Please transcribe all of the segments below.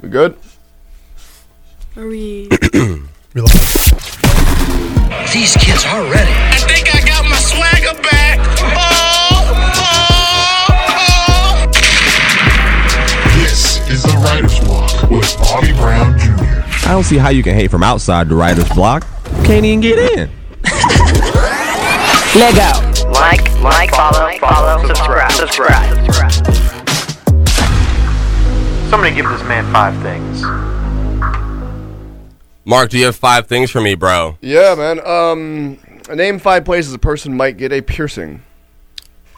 We good? Are we? We live. These kids are ready. I think I got my swagger back. Oh, oh, oh. This is the Writer's Walk with Bobby Brown Jr. I don't see how you can hate from outside the writer's block. Can't even get in. Like, like, follow, follow, subscribe, subscribe. Somebody give this man five things. Mark, do you have five things for me, bro? Yeah, man. Um, name five places a person might get a piercing.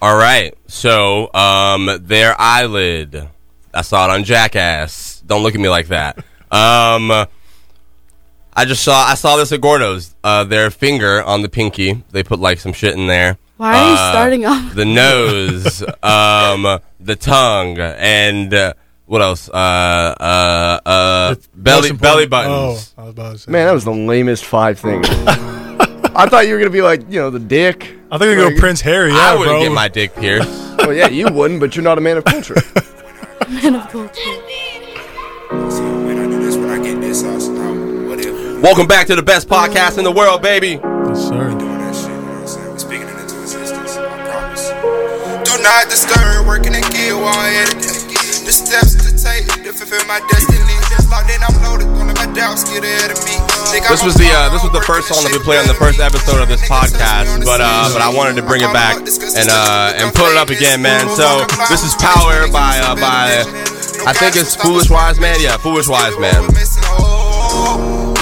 All right. So, um, their eyelid. I saw it on Jackass. Don't look at me like that. Um, I just saw. I saw this at Gordo's. Uh, their finger on the pinky. They put like some shit in there. Why are you Uh, starting off? The nose, um, the tongue, and uh, what else? Uh, uh, uh, belly Most belly important- buttons. Oh, I was about to say. Man, that was the lamest five things. I thought you were gonna be like, you know, the dick. I think they go Like- Prince Harry. Yeah, I wouldn't bro. get my dick pierced. Well, yeah, you wouldn't, but you're not a man of culture. Man of culture. Welcome back to the best podcast in the world, baby. Yes, sir. Do not disturb, working and kill while at it. The steps to take to fulfill my destiny. Just locked in, I'm loaded. One of my doubts get ahead of me. This was the uh, this was the first song that we played on the first episode of this podcast, but uh, but I wanted to bring it back and uh, and put it up again, man. So this is Power by uh, by I think it's Foolish Wise Man. Yeah, Foolish Wise Man.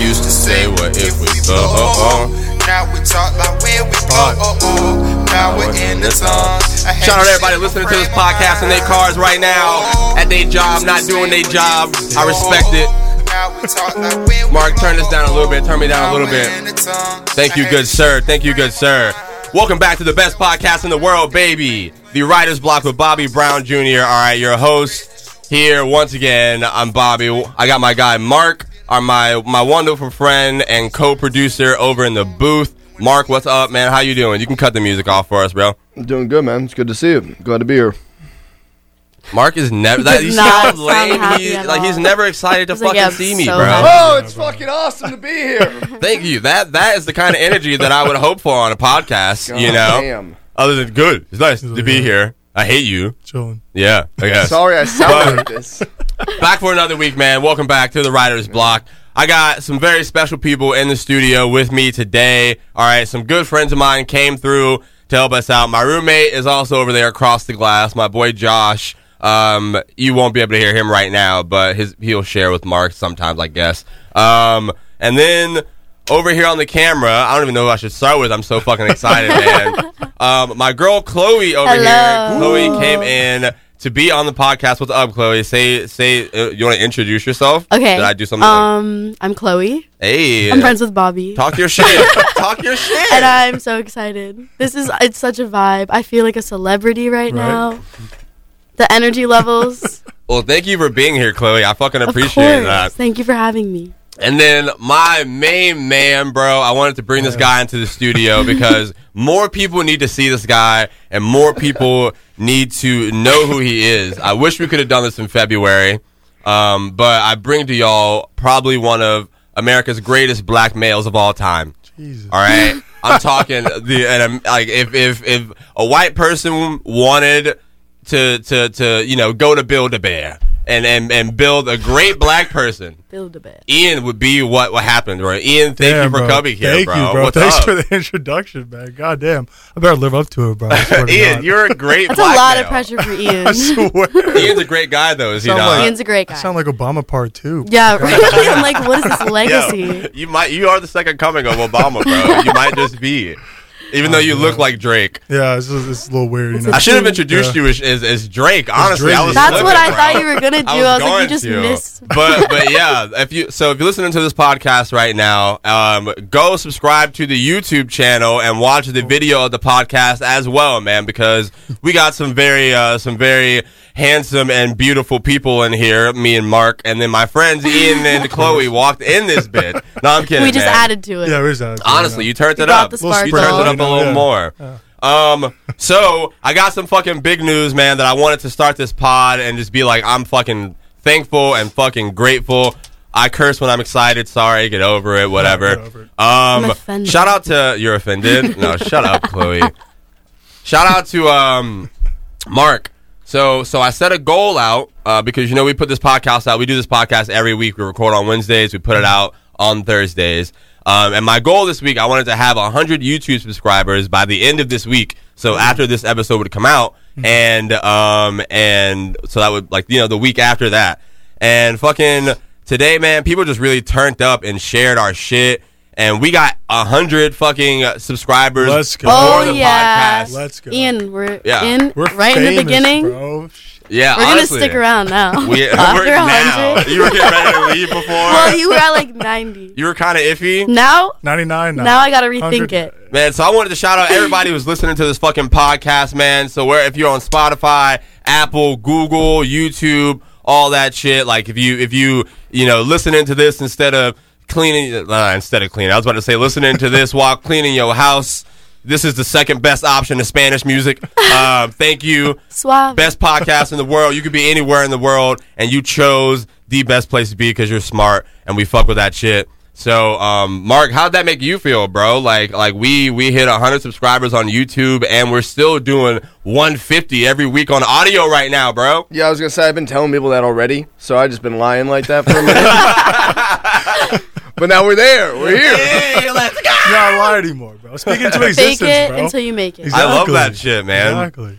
Used to say what if we so oh, oh. Now we talk like where we go. Oh, oh. Now we're in the song. Shout out to everybody listening to this podcast in their cars right now, at their job, not doing their job. I respect it. it. Mark, turn this down a little bit. Turn me down a little bit. Thank you, good sir. Thank you, good sir. Welcome back to the best podcast in the world, baby. The Writer's Block with Bobby Brown Jr. All right, your host here once again. I'm Bobby. I got my guy Mark, our my my wonderful friend and co-producer over in the booth. Mark, what's up, man? How you doing? You can cut the music off for us, bro. I'm doing good, man. It's good to see you. Glad to be here. Mark is never. That, you see does how not sound lame happy he, at like he's all. never excited to He's fucking like, "Yeah, I'm see me, so bro. happy." Oh, it's fucking awesome to be here. Thank you. That that is the kind of energy that I would hope for on a podcast. you know, Damn. other than good. It's nice to be yeah. here. I hate you. Chilling. Yeah, I guess. Sorry, I sound like this. Back for another week, man. Welcome back to the Writer's Block. I got some very special people in the studio with me today. All right, some good friends of mine came through to help us out. My roommate is also over there across the glass. My boy Josh. Um, you won't be able to hear him right now, but his he'll share with Mark sometimes, I guess. Um, and then over here on the camera. I don't even know who I should start with. I'm so fucking excited, man. Um, my girl Chloe over here. Hello. Chloe came in to be on the podcast. What's up, Chloe? Say, say, uh, you want to introduce yourself? Okay. Did I do something? Um, I'm Chloe. hey, I'm friends with Bobby. Talk your shit. Talk your shit. and I'm so excited. This is it's such a vibe. I feel like a celebrity right, now. The energy levels. well, thank you for being here, Chloe. I fucking of appreciate course. that. Thank you for having me. And then my main man, bro, I wanted to bring this guy into the studio because more people need to see this guy and more people need to know who he is. I wish we could have done this in February, um, but I bring to y'all probably one of America's greatest black males of all time. Jesus. All right, I'm talking the and I'm, like if if if a white person wanted to to to you know go to build a bear and and and build a great black person. Build a bit. Ian would be what what happened, bro. Ian, thank Damn, you for bro. coming here, Thank bro. you, bro. What's Thanks up? for the introduction, man. God damn. I better live up to it, bro. I swear to Ian, God. you're a great. That's black a lot of male. pressure for Ian. I swear. Ian's a great guy, though. Is he Sound not? like- Ian's a great I guy. sound like Obama part two. yeah, right. I'm like, what is this Yo, legacy? you might. You are the second coming of Obama, bro. you might just be, even though you Uh-huh. look like Drake. Yeah, it's, just, it's a little weird. You know? I should have introduced Yeah. you as, as, as Drake. Honestly, I Drizzy. was. That's what flipping, I bro. thought you were gonna do. I was, like, you going just to. missed. But but yeah, if you so if you're listening to this podcast right now, um, go subscribe to the YouTube channel and watch the video of the podcast as well, man, because we got some very uh, some very handsome and beautiful people in here. Me and Mark, and then my friends Ian and Chloe walked in this bit. No, I'm kidding. We just man. added to it. Yeah, where's that? Honestly, you turned You it brought up. the You Little turned it sparkle. up a sprinkle, little yeah. more. Um, so I got some fucking big news, man, that I wanted to start this pod and just be like, I'm fucking thankful and fucking grateful. I curse when I'm excited. Sorry, get over it. Whatever. get over it. Um, offended. shout out to you're offended. No, shut up, Chloe. Shout out to um, Mark. So so I set a goal out uh, because you know we put this podcast out. We do this podcast every week. We record on Wednesdays. We put it out on Thursdays. Um, and my goal this week, I wanted to have 100 YouTube subscribers by the end of this week. So after this episode would come out, Mm-hmm. and um, and so that would like you know the week after that, and fucking today, man, people just really turned up and shared our shit, and we got 100 fucking uh, subscribers. Let's go. for Oh the yeah, podcast. Let's go. Ian, we're Yeah. in We're right in famous, the beginning. bro. Yeah, We're honestly. gonna stick around now. We, After we're now. 100. You were getting ready to leave before. well, you were at like 90. you were kind of iffy. Now, 99 now. now I gotta rethink 100. it. Man, so I wanted to shout out everybody who's listening to this fucking podcast, man. So where if you're on Spotify, Apple, Google, YouTube, all that shit, like if you if you you know listening to this instead of cleaning, uh, instead of cleaning, I was about to say listening to this while cleaning your house. This is the second best option to Spanish music. Um, thank you. Suave. best podcast in the world. You could be anywhere in the world, and you chose the best place to be because you're smart, and we fuck with that shit. So, um, Mark, how'd that make you feel, bro? Like, like we we hit 100 subscribers on YouTube, and we're still doing 150 every week on audio right now, bro. Yeah, I was gonna say I've been telling people that already, so I just been lying like that for a minute. but now we're there. We're here. Hey, let's go! You're not lying anymore, bro. Speaking to existence, Fake it bro. until you make it. Exactly. I love that shit, man. Exactly.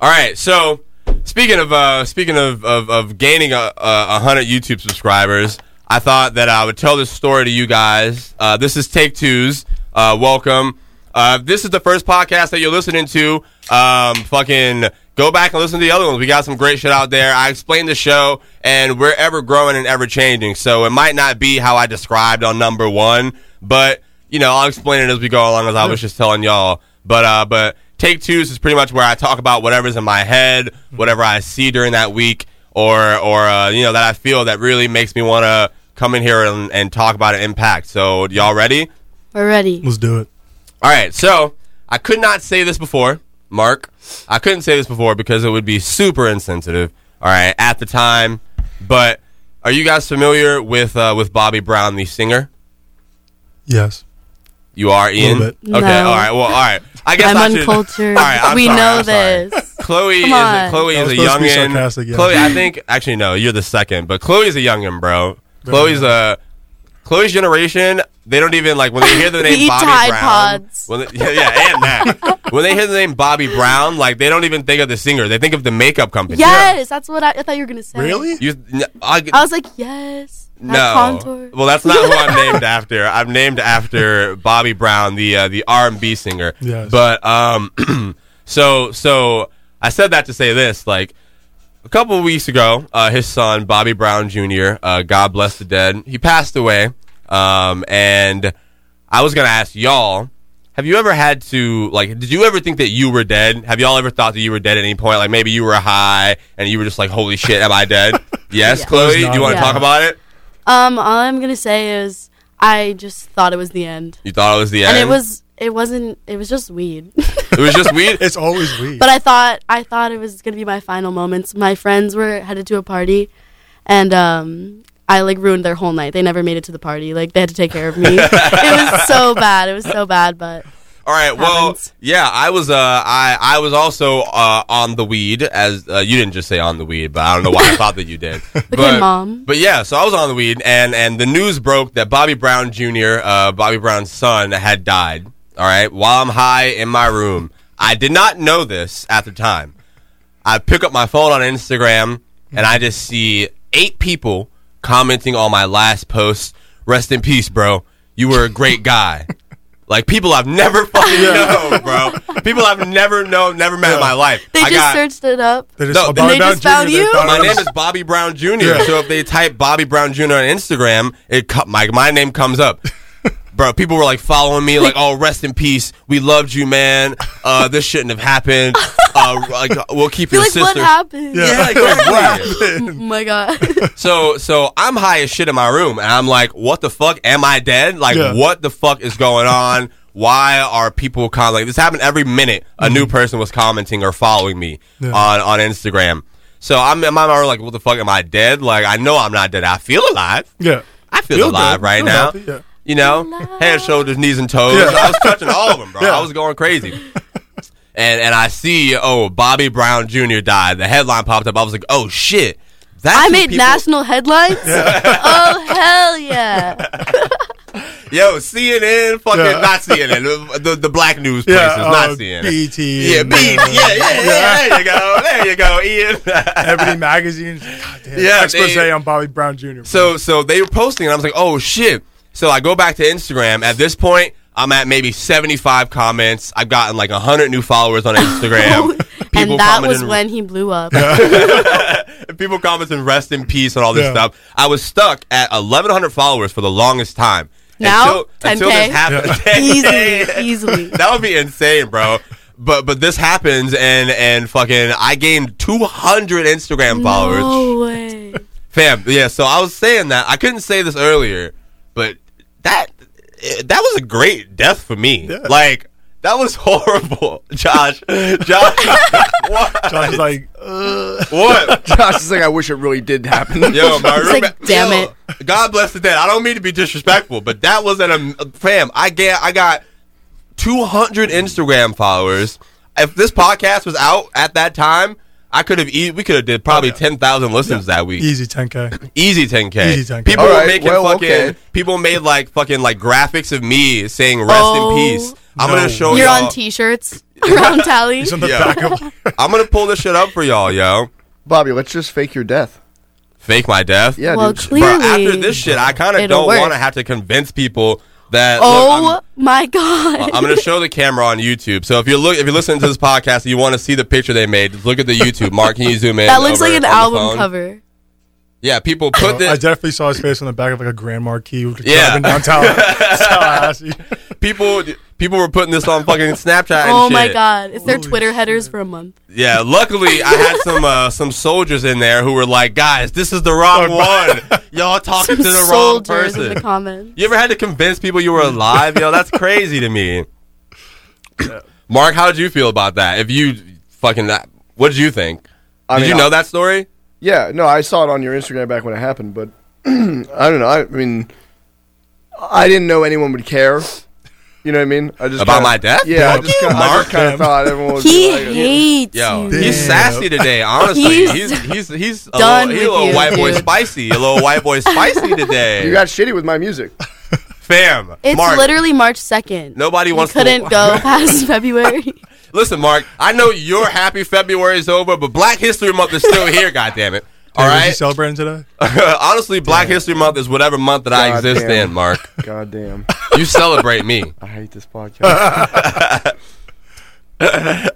All right, so speaking of uh, speaking of of, of gaining a, a hundred YouTube subscribers, I thought that I would tell this story to you guys. Uh, this is Take Two's. Uh, welcome. Uh, if this is the first podcast that you're listening to. Um, fucking go back and listen to the other ones. We got some great shit out there. I explained the show, and we're ever growing and ever changing. So it might not be how I described on number one, but you know, I'll explain it as we go along as I was just telling y'all. But uh but take twos is pretty much where I talk about whatever's in my head, whatever I see during that week or or uh, you know, that I feel that really makes me wanna come in here and, and talk about an impact. So y'all ready? We're ready. Let's do it. All right, so I could not say this before, Mark. I couldn't say this before because it would be super insensitive. All right, at the time, but are you guys familiar with uh, with Bobby Brown, the singer? Yes. You are Ian. little bit. Okay. No. All right. Well. All right. I guess I'm I should- uncultured. All right, I'm we sorry, know I'm sorry. this. Chloe is Come a, on. Chloe That is was a supposed to be youngin. sarcastic, yeah. Chloe, I think actually no, you're the second, but Chloe's a youngin, bro. Chloe's a Chloe's generation. They don't even like when they hear the We name eat Bobby Tide Brown. E Pods. When they, yeah, yeah, and that when they hear the name Bobby Brown, like they don't even think of the singer. They think of the makeup company. Yes, that's what I, I thought you were gonna say. Really? You, n- I, I was like, yes. that no. Contour. Well, that's not who I'm named after. I'm named after Bobby Brown, the uh, the R&B singer. Yes. But um, so so I said that to say this, like a couple of weeks ago, uh, his son Bobby Brown Jr. Uh, God bless the dead, he passed away. Um, and I was gonna ask y'all, have you ever had to like? Did you ever think that you were dead? Have y'all ever thought that you were dead at any point? Like maybe you were high and you were just like, "Holy shit, am I dead?" yes, Yeah. Chloe, do you not want to Yeah. talk about it? Um, all I'm gonna say is I just thought it was the end, You thought it was the and end. it was. It wasn't. It was just weed. It was just weed. It's always we. but I thought I thought it was gonna be my final moments. My friends were headed to a party, and um, I like ruined their whole night. They never made it to the party. Like they had to take care of me. it was so bad. It was so bad. But All right. Well, Happens. yeah, I was. Uh, I I was also uh, on the weed as uh, you didn't just say on the weed, but I don't know why I thought that you did. but, Mom. But yeah, so I was on the weed, and and the news broke that Bobby Brown Jr., uh, Bobby Brown's son, had died. All right, while I'm high in my room, I did not know this at the time. I pick up my phone on Instagram and I just see eight people commenting on my last post. Rest in peace, bro. You were a great guy. like people I've never fucking known, bro. People I've never known, never met in my life. they I just got, searched it up. They just, No, oh, they Bobby just Brown found Jr., they you? found my us. name is Bobby Brown Jr. Yeah. So if they type Bobby Brown Jr. on Instagram, it co- my my name comes up. Bro, people were like following me, like, "Oh, rest in peace. We loved you, man. Uh, this shouldn't have happened. Uh, like, we'll keep You're your like, what sister." happened? Yeah, exactly. Oh my god. so so I'm high as shit in my room, and I'm like, "What the fuck? Am I dead? Like, Yeah. what the fuck is going on? Why are people commenting? Like, this happened every minute. A new person was commenting or following me Mm-hmm. Yeah. on on Instagram. So I'm in my mind like, what the fuck am I dead? Like I know I'm not dead. I feel alive. Yeah. I feel, Feel alive good. right Feel now. healthy, yeah. You know, Alive. head, shoulders, knees, and toes. Yeah. I was touching all of them, bro. Yeah. I was going crazy. And and I see, oh, Bobby Brown Jr. died. The headline popped up. I was like, oh shit. That's I who made people- national headlines. oh hell yeah! Yo, CNN, fucking Yeah. not CNN, the, the black news places, Yeah, not uh, CNN. BET. Yeah, and, B. Yeah, uh, yeah, yeah, There you go. There you go, Ian. Ebony Magazine. God damn. Yeah, Expose they- on Bobby Brown Jr. bro. so so they were posting, and I was like, oh shit. So I go back to Instagram. At this point, I'm at maybe 75 comments. I've gotten like 100 new followers on Instagram. and that was commenting- when he blew up. people commenting rest in peace and all this Yeah. stuff. I was stuck at 1,100 followers for the longest time. Now, until, until this 10K. happened. easily, easily. that would be insane, bro. But but this happens and and fucking I gained 200 Instagram followers. No way. Fam, yeah, so I was saying that. I couldn't say this earlier, but that eh, that was a great death for me. Like that was horrible, Josh. Josh, what? I was like, what? Josh is like, I wish it really did happen. Yo, my It's like, roommate. damn yo, God bless the dead. I don't mean to be disrespectful, but that was an am- fam. I get. I got 200 Instagram followers. If this podcast was out at that time, I could have. E- we could have did probably 10,000 listens that week. easy 10K. Easy 10k. Easy 10K. People All were right, making well, fucking. okay. People made like fucking like graphics of me saying rest Oh. in peace. I'm No. gonna show You're Oh, y'all. on T-shirts around Tally. He's on the Yo. back of. I'm gonna pull this shit up for y'all, yo. Bobby, let's just fake your death. Fake my death. Yeah, well, dude. Bro, clearly. after this shit, I kind of It'll don't work. want to have to convince people that. oh look, I'm- my god. I'm going to show the camera on YouTube. So if you look, if you're listening to this podcast, and you want to see the picture they made. Just look at the YouTube. Mark, can you zoom in? that looks over like an on the album phone? cover. Yeah, people put Oh, I this. definitely saw his face on the back of like a grand marquee with the Yeah. driving downtown Tallahassee. People, people were putting this on fucking Snapchat. And Oh my shit. god. It's their Holy Twitter headers for a month. Yeah, luckily I had some uh, some soldiers in there who were like, guys, this is the wrong one. Y'all talking to the wrong Soldiers in person. the comments. you ever had to convince people you were alive? Yo, that's crazy to me. Mark, how did you feel about that? If you fucking, uh, what did you think? I did mean, you know that story? Yeah, no, I saw it on your Instagram back when it happened, but I don't know. I, I mean, I didn't know anyone would care. You know what I mean? I just About kinda- my death? Yeah, I Fuck just you, kinda, I just Mark. kind of thought everyone would He be like, hates Yo, you. he's Damn. sassy today. Honestly, He's he's he's he's a done little, he's a with little you, white boy dude. spicy, a little white boy spicy today. you got shitty with my music. fam. It's Mark, literally March 2nd. Nobody You wants to- couldn't go past February. Listen, Mark, I know you're happy February is over, but Black History Month is still here, goddammit. All Hey, was he right. celebrating today? Honestly, Black History Month is whatever month that I God exist damn. in, Mark. God damn, You celebrate me. I hate this podcast.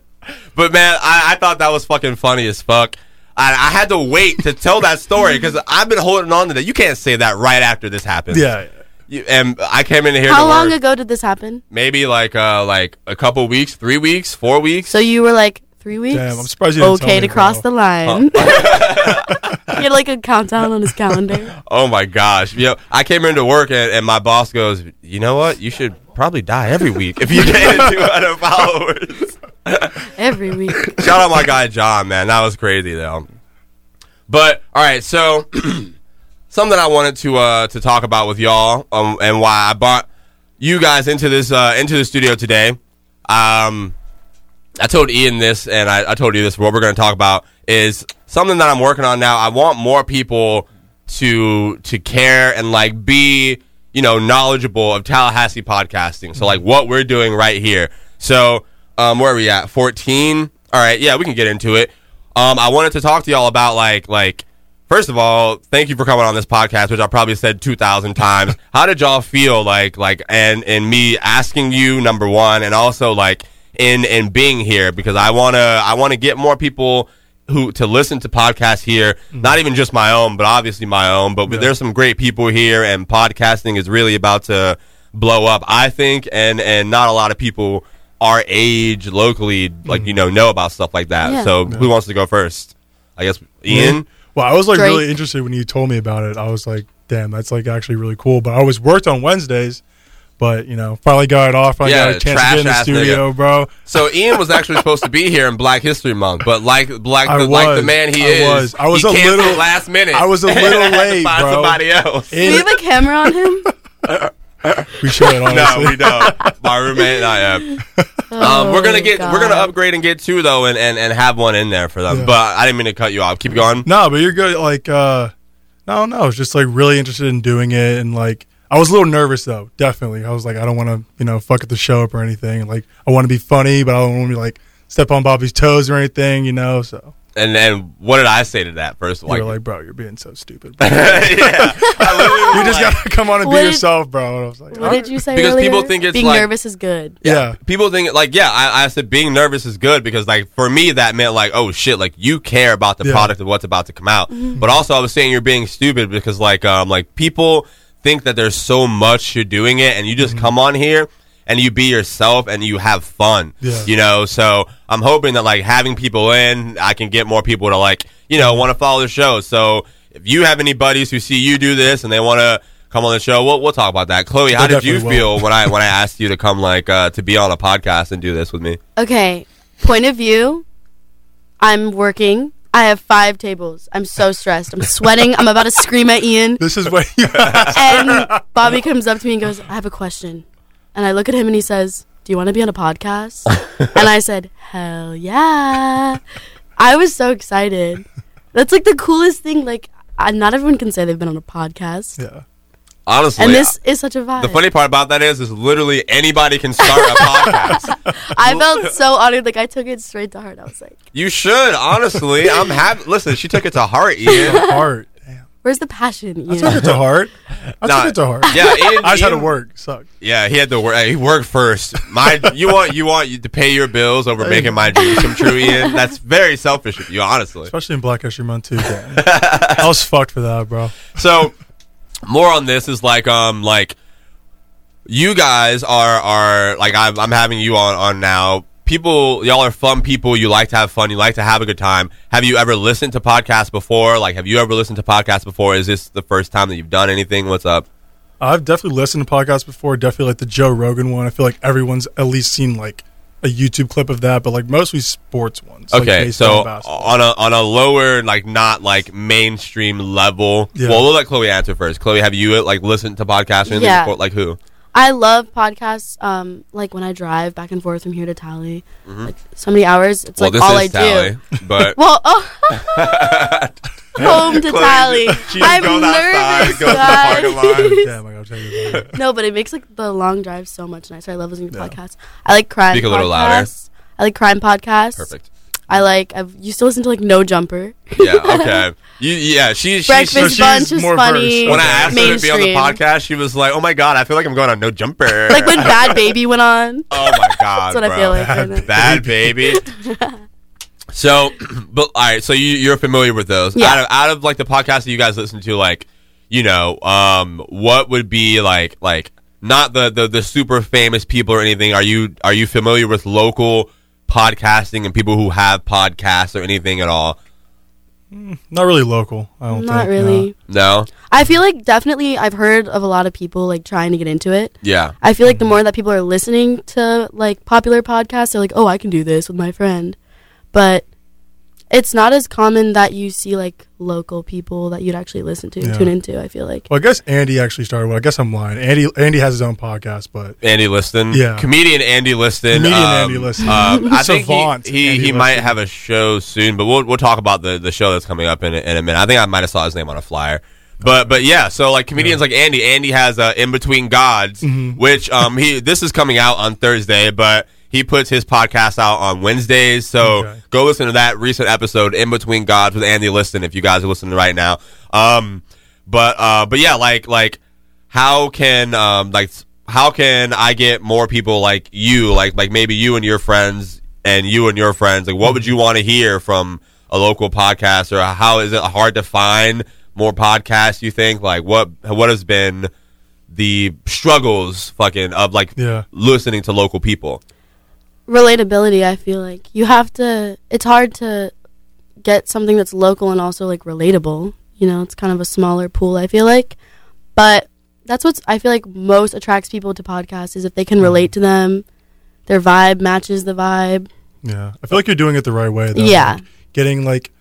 But man, I, I thought that was fucking funny as fuck. I, I had to wait to tell that story because I've been holding on to that. You can't say that right after this happens. Yeah. You, and I came in here. How to long work ago did this happen? Maybe like uh like a couple weeks, three weeks, four weeks. So you were like three weeks? Damn, I'm surprised you didn't tell Okay, me, to cross bro. the line. he had like a countdown on his calendar. Oh my gosh. Yo, I came into work and, and my boss goes, You know what? You should probably die every week if you get 200 followers. Every week. Shout out my guy John, man. That was crazy though. But all right, so something I wanted to uh to talk about with y'all um, and why I brought you guys into this uh into the studio today. Um I told Ian this and I, I told you this what we're gonna talk about is something that I'm working on now. I want more people to to care and like be, you know, knowledgeable of Tallahassee podcasting. So like what we're doing right here. So um where are we at? Fourteen? All right, yeah, we can get into it. Um I wanted to talk to y'all about like like First of all, thank you for coming on this podcast, which I probably said two thousand times. How did y'all feel like like and and me asking you number one, and also like in and being here because I wanna I wanna get more people who to listen to podcasts here, Mm-hmm. not even just my own, but obviously my own. But there's some great people here, and podcasting is really about to blow up, I think, and and not a lot of people our age locally like you know know about stuff like that. Mm-hmm. Yeah. So who wants to go first? I guess Ian. Well, I was like Drake. really interested when you told me about it. I was like, damn, that's like actually really cool. But I always worked on Wednesdays, but you know, finally got it off. Finally Yeah, got a chance to get in the trash-ass studio, bro. So Ian was actually supposed to be here in Black History Month, but like like I the, like the was. man he I is, was. I was he a canceled little- last minute. I was a and little had to late, find bro. somebody else. Do we have a camera on him? We should honestly. No, we don't. My roommate and I have. Um, we're gonna Oh, get we're gonna God. upgrade and get two though, and, and, and have one in there for them. Yeah. But I didn't mean to cut you off. Keep going. No, but you're good. Like, uh, no, no, I was just like really interested in doing it, and like I was a little nervous though. Definitely, I was like, I don't want to, you know, fuck at the show up or anything. Like, I want to be funny, but I don't want to be like step on Bobby's toes or anything, you know. So And then what did I say to that first? you Like, were like, bro, you're being so stupid. yeah, I literally was you just like- gotta come on and What be did- yourself, bro. And I was like, What did you say? Because earlier? people think it's being like- nervous is good. yeah. people think like yeah I, I said being nervous is good because like for me that meant like oh shit like you care about the Yeah. product of what's about to come out but also i was saying you're being stupid because like um like people think that there's so much you're doing it and you Mm-hmm. just come on here and you be yourself and you have fun Yeah. you know so i'm hoping that like having people in i can get more people to like you know want to follow the show so if you have any buddies who see you do this and they want to come on the show we'll, we'll talk about that chloe how did you definitely will. feel when I when I asked you to come like uh, to be on a podcast and do this with me. Okay, point of view. I'm working. I have five tables. I'm so stressed. I'm sweating. I'm about to scream at Ian. This is what you And Bobby comes up to me and goes, I have a question. And I look at him and he says, Do you want to be on a podcast? and I said, Hell yeah. I was so excited. That's like the coolest thing. Like, I, not everyone can say they've been on a podcast. yeah. Honestly, And this is such a vibe. the funny part about that is is literally anybody can start a podcast. I felt so honored. Like, I took it straight to heart. I was like, You should honestly. I'm happy. Listen, she took it to heart, Ian. Heart. Damn. Where's the passion? Ian? I took it to heart. I Nah, took it to heart. Yeah, Ian, I just had to Ian- work. Suck. Yeah, he had to work. He worked first. My, you want you want you to pay your bills over making my dreams come true, Ian. That's very selfish of you, honestly. Especially in Black History Month too. damn. I was fucked for that, bro. So more on this is like um like you guys are are like I'm, I'm having you on on now. People, y'all are fun people. You like to have fun. You like to have a good time. Have you ever listened to podcasts before? Like, have you ever listened to podcasts before? Is this the first time that you've done anything? What's up? I've definitely listened to podcasts before. Definitely like the Joe Rogan one. I feel like everyone's at least seen like a YouTube clip of that, but like mostly sports ones. like, Okay, based so on basketball. on a on a lower, like not like mainstream level. Yeah. Well, we'll let Chloe answer first. Chloe, have you like listened to podcasts or anything Yeah. before? Like who? I love podcasts. Um, like when I drive back and forth from here to Tally, like so many hours. It's Mm-hmm. like well, all I this is do. Tally, but Well, oh, home to Chloe, Tally. she just I'm goes outside, nervous, goes to the parking lot. guys. Damn, I gotta tell you about it. No, but it makes like the long drive so much nicer. I love listening to podcasts. I like crime. Speak a podcasts. little louder. I like crime podcasts. perfect. I like. I've used to listen to like No Jumper. Yeah. Okay. you, yeah. She. she, she Breakfast she's Bunch is more funny. versed. when I asked her to be on the mainstream. podcast, she was like, "Oh my god, I feel like I'm going on no jumper." like when Bad Baby went on. oh my That's god, what bro. I feel like. right now. Bad baby. so, but all right. So you you're familiar with those? Yeah. Out of out of like the podcasts that you guys listen to, like you know, um, what would be like like not the the the super famous people or anything? Are you are you familiar with local podcasting and people who have podcasts or anything at all? Not really local. I don't Not think, really. no. No. I feel like definitely I've heard of a lot of people like trying to get into it. Yeah. I feel like the more that people are listening to like popular podcasts, they're like, "Oh, I can do this with my friend," but it's not as common that you see like local people that you'd actually listen to and Yeah. tune into. I feel like Well, I guess Andy actually started. Well, I guess I'm lying. Andy Andy has his own podcast, but Andy Liston. Yeah. Comedian Andy Liston. Comedian Andy Liston. um, I think Savant he, he, Andy he might Liston. have a show soon, but we'll, we'll talk about the, the show that's coming up in, a- in a minute. I think I might have saw his name on a flyer. But but yeah, so like comedians like Andy, Andy has uh, In Between Gods, Mm-hmm. which um he this is coming out on Thursday, but he puts his podcast out on Wednesdays. So Okay. go listen to that recent episode In Between Gods with Andy Liston if you guys are listening right now. Um but uh but yeah, like like how can um like how can I get more people like you like like maybe you and your friends and you and your friends like what would you want to hear from a local podcast or how is it hard to find more podcasts you think like what what has been the struggles fucking of like Yeah. listening to local people relatability. I feel like you have to. It's hard to get something that's local and also like relatable. You know, it's kind of a smaller pool. I feel like, but that's what's I feel like most attracts people to podcasts is if they can relate to them, their vibe matches the vibe. Yeah, I feel like you're doing it the right way. Though. Yeah. Like, getting like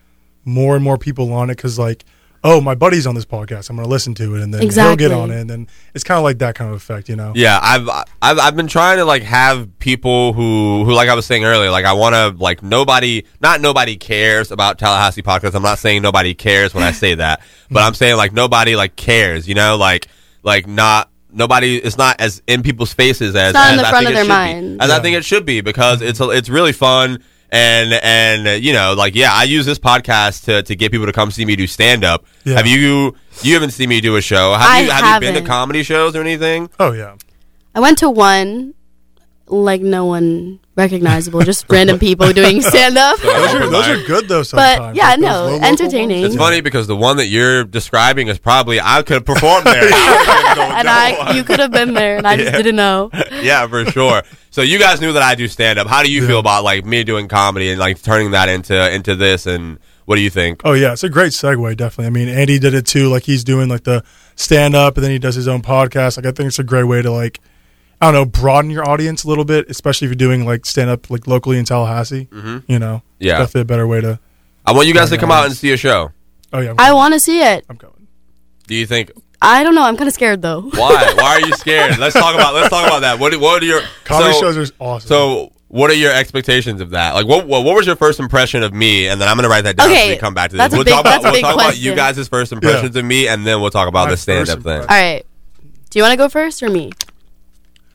more and more people on it because like, oh, my buddy's on this podcast. I'm going to listen to it, and then he'll Exactly. get on it, and then it's kind of like that kind of effect, you know? Yeah, I've I've I've been trying to like have people who who like I was saying earlier, like I want to like nobody, not nobody cares about Tallahassee podcast. I'm not saying nobody cares when I say that, but I'm saying like nobody like cares, you know, like like not nobody. It's not as in people's faces as not as in the I front think of it their should be. minds. As I think it should be because it's it's really fun. And and uh, you know like yeah I use this podcast to, to get people to come see me do stand up. Yeah. Have you you haven't seen me do a show? Have I you have you been to haven't. comedy shows or anything? Oh yeah. I went to one, like no one recognizable, just random people doing stand up. Those are, those are good though. Sometimes, But yeah, Like, those no, local ones. entertaining. It's funny because the one that you're describing is probably I could have performed there. I and I, you could have been there, and I just didn't know. would've- yeah, for sure. So you guys knew that I do stand up. How do you feel about like me doing comedy and like turning that into into this? And what do you think? Oh yeah, it's a great segue. Definitely. I mean, Andy did it too. Like he's doing like the stand up, and then he does his own podcast. Like I think it's a great way to like, I don't know, broaden your audience a little bit, especially if you're doing like stand up like locally in Tallahassee. You know, Mm-hmm. It's Yeah. definitely a better way to. I want you guys to come out and see a show. Oh yeah, I'm, I want to see it. I'm coming. Do you think I don't know. I'm kind of scared though. why? Why are you scared? Let's talk about let's talk about that. What do- what are your Comedy so- shows are awesome. so. What are your expectations of that? Like, what what, what was your first impression of me? And then I'm gonna write that down. so Okay, we come back to this. that's a we'll big- talk about that's a we'll big talk about you question. guys' first impressions of me, and then we'll talk about My the first stand up thing. All right. Do you want to go first or me?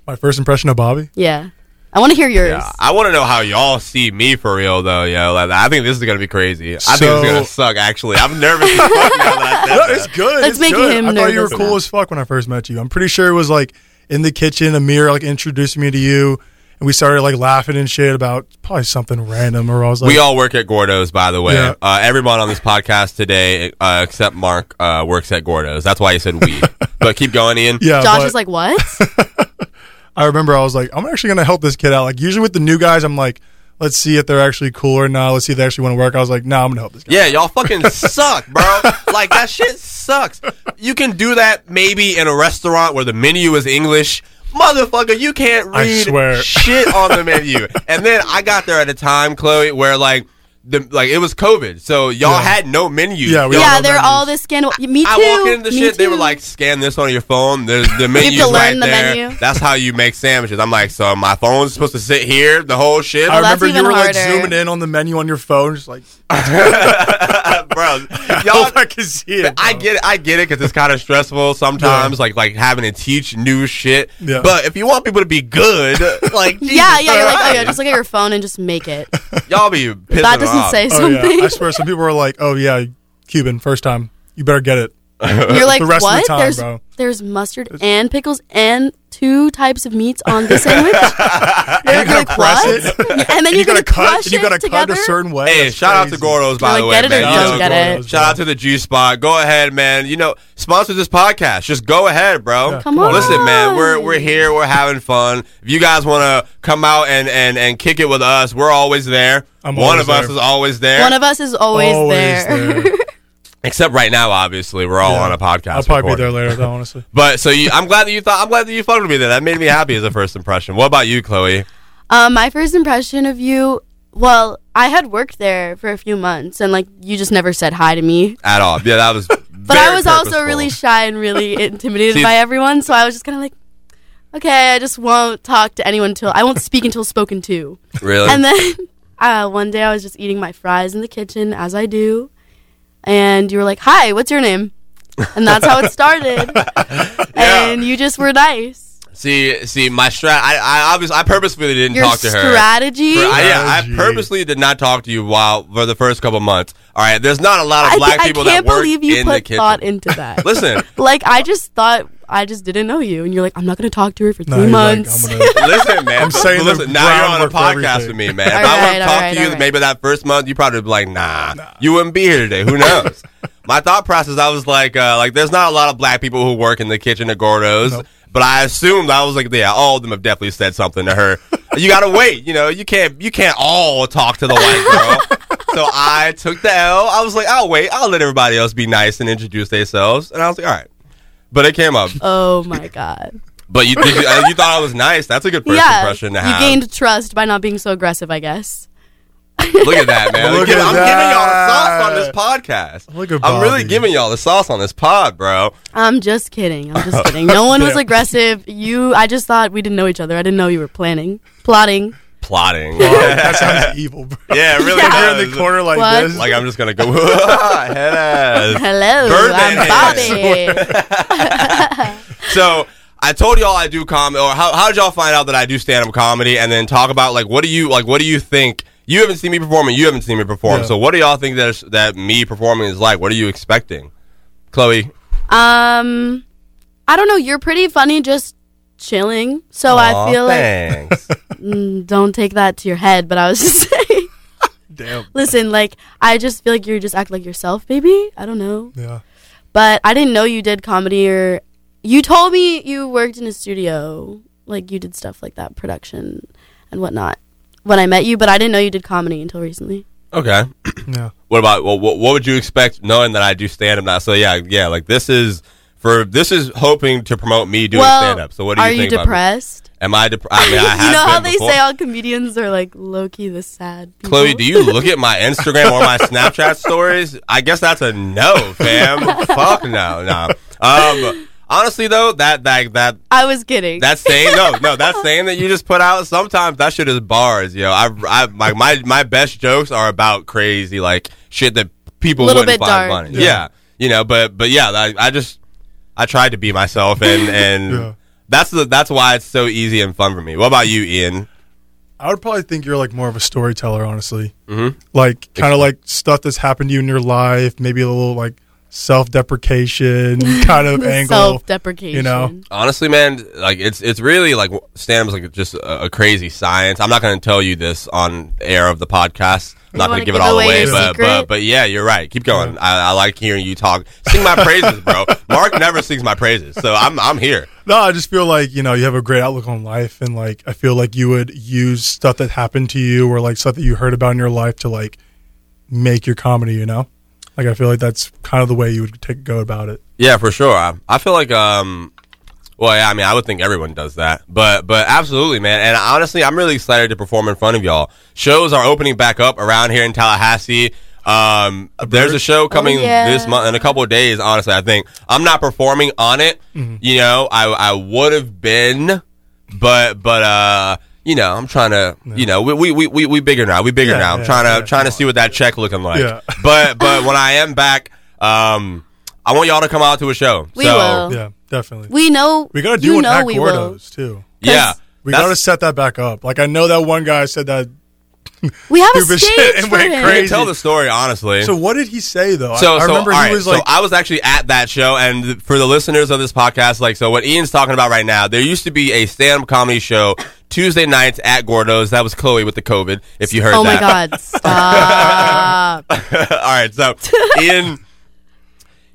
my first impression of Bobby. Yeah. I want to hear yours. Yeah, I want to know how y'all see me for real, though, yo. Like, I think this is gonna be crazy. I think this is So- gonna suck. Actually, I'm nervous. as fuck now that I said No, that. it's good. Let's it's make good. him I thought you were nervous cool now. as fuck when I first met you. I'm pretty sure it was like in the kitchen, Amir like introduced me to you, and we started like laughing and shit about probably something random. Or I was like, we all work at Gordo's, by the way. Yeah. Uh, everyone on this podcast today, uh, except Mark, uh, works at Gordo's. That's why he said we. but keep going, Ian. yeah. Josh Uh, but is like, what? I remember I was like, I'm actually gonna help this kid out. Like usually with the new guys, I'm like, let's see if they're actually cool or not. Let's see if they actually want to work. I was like, no, nah, I'm gonna help this guy. Yeah, y'all fucking suck, bro. Like that shit sucks. You can do that maybe in a restaurant where the menu is English. Motherfucker, you can't I read swear. shit on the menu. And then I got there at a time, Chloe, where like the like it was COVID. So y'all Yeah. had no menu. Yeah, we Y'all- all yeah, know they're menus. all this scandal. Me too. I walk into the me shit, they were too. like, scan this on your phone. The, the menu's learn right the there. menu. That's how you make sandwiches. I'm like, so my phone's supposed to sit here the whole shift. I Oh, that's remember you even were like harder. zooming in on the menu on your phone, just like bro, y'all y'all I can see it. I bro. get it. I get it because it's kind of stressful sometimes, like like having to teach new shit. Yeah. But if you want people to be good, like Jesus yeah, yeah. You're like, oh Christ. yeah, just look at your phone and just make it. y'all be pissing That me doesn't off. say Oh something. yeah, I swear. Some people were like, "Oh yeah, Cuban, first time. You better get it." You're like, the rest of the what? time, there's bro. there's mustard and pickles and two types of meats on the sandwich. And you You're like, gotta press what? it. Yeah, and then you you're gonna, gotta cut. crush and You it gotta cut together. a certain way. Hey, That's shout out to crazy. Gordo's You're by the like, way, get it or man. Shout You out don't know, get it. Gordo's, Shout out bro. to the G Spot. Go ahead, man. You know, sponsor this podcast. Just go ahead, bro. Come on. Listen, man, we're we're here. We're having fun. If you guys want to come out and, and and kick it with us, we're always there. I'm One always of us there. is always there. One of us is always, there. Except right now, obviously, we're all Yeah. on a podcast. I'll probably recording. be there later, though. Honestly, But so you, I'm glad that you thought. I'm glad that you fucked with me. Then that made me happy as a first impression. What about you, Chloe? Um, my first impression of you, well, I had worked there for a few months, and like you just never said hi to me. At all? Yeah, that was. But I was also really shy and really intimidated See- by everyone, so I was just kind of like, okay, I just won't talk to anyone until I won't speak until spoken to. really. And then uh, one day I was just eating my fries in the kitchen as I do, and you were like, "Hi, what's your name?" And that's how it started. And you just were nice. see, see, my strat. I, I obviously, I purposefully didn't Your talk to her. strategy. For- I, yeah, I Strategy. purposely did not talk to you while for the first couple months. All right, there's not a lot of I, black thi- I people can't that work believe you in the put kitchen. thought into that. Listen, like I just thought I just didn't know you, and you're like, I'm not gonna talk to her for No, three you're like, months. I'm gonna- listen, man. I'm saying the listen. Now you're on a groundwork for podcast everything. with me, man. If All I would right, to all talk right, to you all right. maybe that first month, you probably be like, nah, you wouldn't be here today. Who knows? My thought process, I was like, uh, like, there's not a lot of black people who work in the kitchen at Gordo's, but I assumed I was like, yeah, all of them have definitely said something to her. you gotta wait, you know, you can't, you can't all talk to the white girl. so I took the L. I was like, I'll wait, I'll let everybody else be nice and introduce themselves, and I was like, all right. but it came up. Oh my god. But you did you, uh, you thought I was nice. That's a good first yeah, impression to you have. gained trust by not being so aggressive, I guess. Look at that, man. Look I'm, at giving, that. I'm giving y'all the sauce on this podcast. Look at I'm really Bobby. giving y'all the sauce on this pod, bro. I'm just kidding. I'm just kidding. No one was aggressive. You, I just thought we didn't know each other. I didn't know you were planning, plotting. Plotting. that sounds evil, bro. yeah, it really. Yeah. You're in does. the corner like What? this. Like I'm just gonna go head ass. Hello, I'm Birdman Bobby. So I told y'all I do comedy, or how, how did y'all find out that I do stand up comedy? And then talk about like what do you like? What do you think? You haven't seen me perform, and you haven't seen me perform. Yeah. So what do y'all think that is- that me performing is like? What are you expecting, Chloe? um, I don't know. You're pretty funny, just chilling. So Aw, I feel thanks. like don't take that to your head. But I was just saying. Damn. Listen, like I just feel like you just act like yourself, baby. I don't know. Yeah. but I didn't know you did comedy or you told me you worked in a studio, like you did stuff like that, production and whatnot when I met you, but I didn't know you did comedy until recently. okay. Yeah. What about well, what, what would you expect knowing that I do stand up now? So yeah, yeah, like this is for this is hoping to promote me doing well, stand up. So what do you are think? you about me? depressed? Am I depressed? I mean, I have you know been how they before. say all comedians are like low key the sad people? Chloe, do you look at my Instagram or my Snapchat stories? I guess that's a no, fam. Fuck no, no. Um, honestly though, that that that I was kidding. that saying no, no, that saying that you just put out sometimes that shit is bars, yo. I I my my, my best jokes are about crazy like shit that people Little wouldn't bit dark. find funny. Yeah. you know, but but yeah, I, I just I tried to be myself and and Yeah. that's the that's why it's so easy and fun for me. What about you, Ian? I would probably think you're like more of a storyteller, honestly. Mm-hmm. Like kind of like stuff that's happened to you in your life, maybe a little like self-deprecation kind of angle. Self-deprecation. You know, Honestly, man, like it's it's really like stand like just a, a crazy science. I'm not going to tell you this on air of the podcast. I'm not going wanna to give it give all away away, a but, but secret? but yeah, you're right. Keep going. I, I like hearing you talk. Sing my praises, bro. Mark never sings my praises, so I'm I'm here. no, I just feel like you know you have a great outlook on life, and like I feel like you would use stuff that happened to you or like stuff that you heard about in your life to like make your comedy. You know, like I feel like that's kind of the way you would take go about it. Yeah, for sure. I, I feel like um well, yeah, I mean, I would think everyone does that. But but absolutely, man. And honestly, I'm really excited to perform in front of y'all. Shows are opening back up around here in Tallahassee. Um, there's a Oh, show coming yeah. this month in a couple of days, honestly, I think. I'm not performing on it. Mm-hmm. You know, I I would have been but but uh you know, I'm trying to, you know, we we, we, we, we bigger now. We bigger Yeah, now. I'm yeah, trying to yeah. trying to see what that check looking like. Yeah. But but when I am back, um, I want y'all to come out to a show. We so, will. Yeah, definitely. We know We gotta do you one know at we will. Gordo's too. Yeah, We That's- gotta set that back up. Like I know that one guy said that. We have a Stupid stage shit and for went him. crazy. tell the story honestly. So what did he say though? I- so, I, so, remember all right, he was so like, I was actually at that show, and th- for the listeners of this podcast, like, so what Ian's talking about right now, there used to be a stand-up comedy show Tuesday nights at Gordo's. That was Chloe with the COVID, if you heard Oh that. my god, stop. All right, so Ian,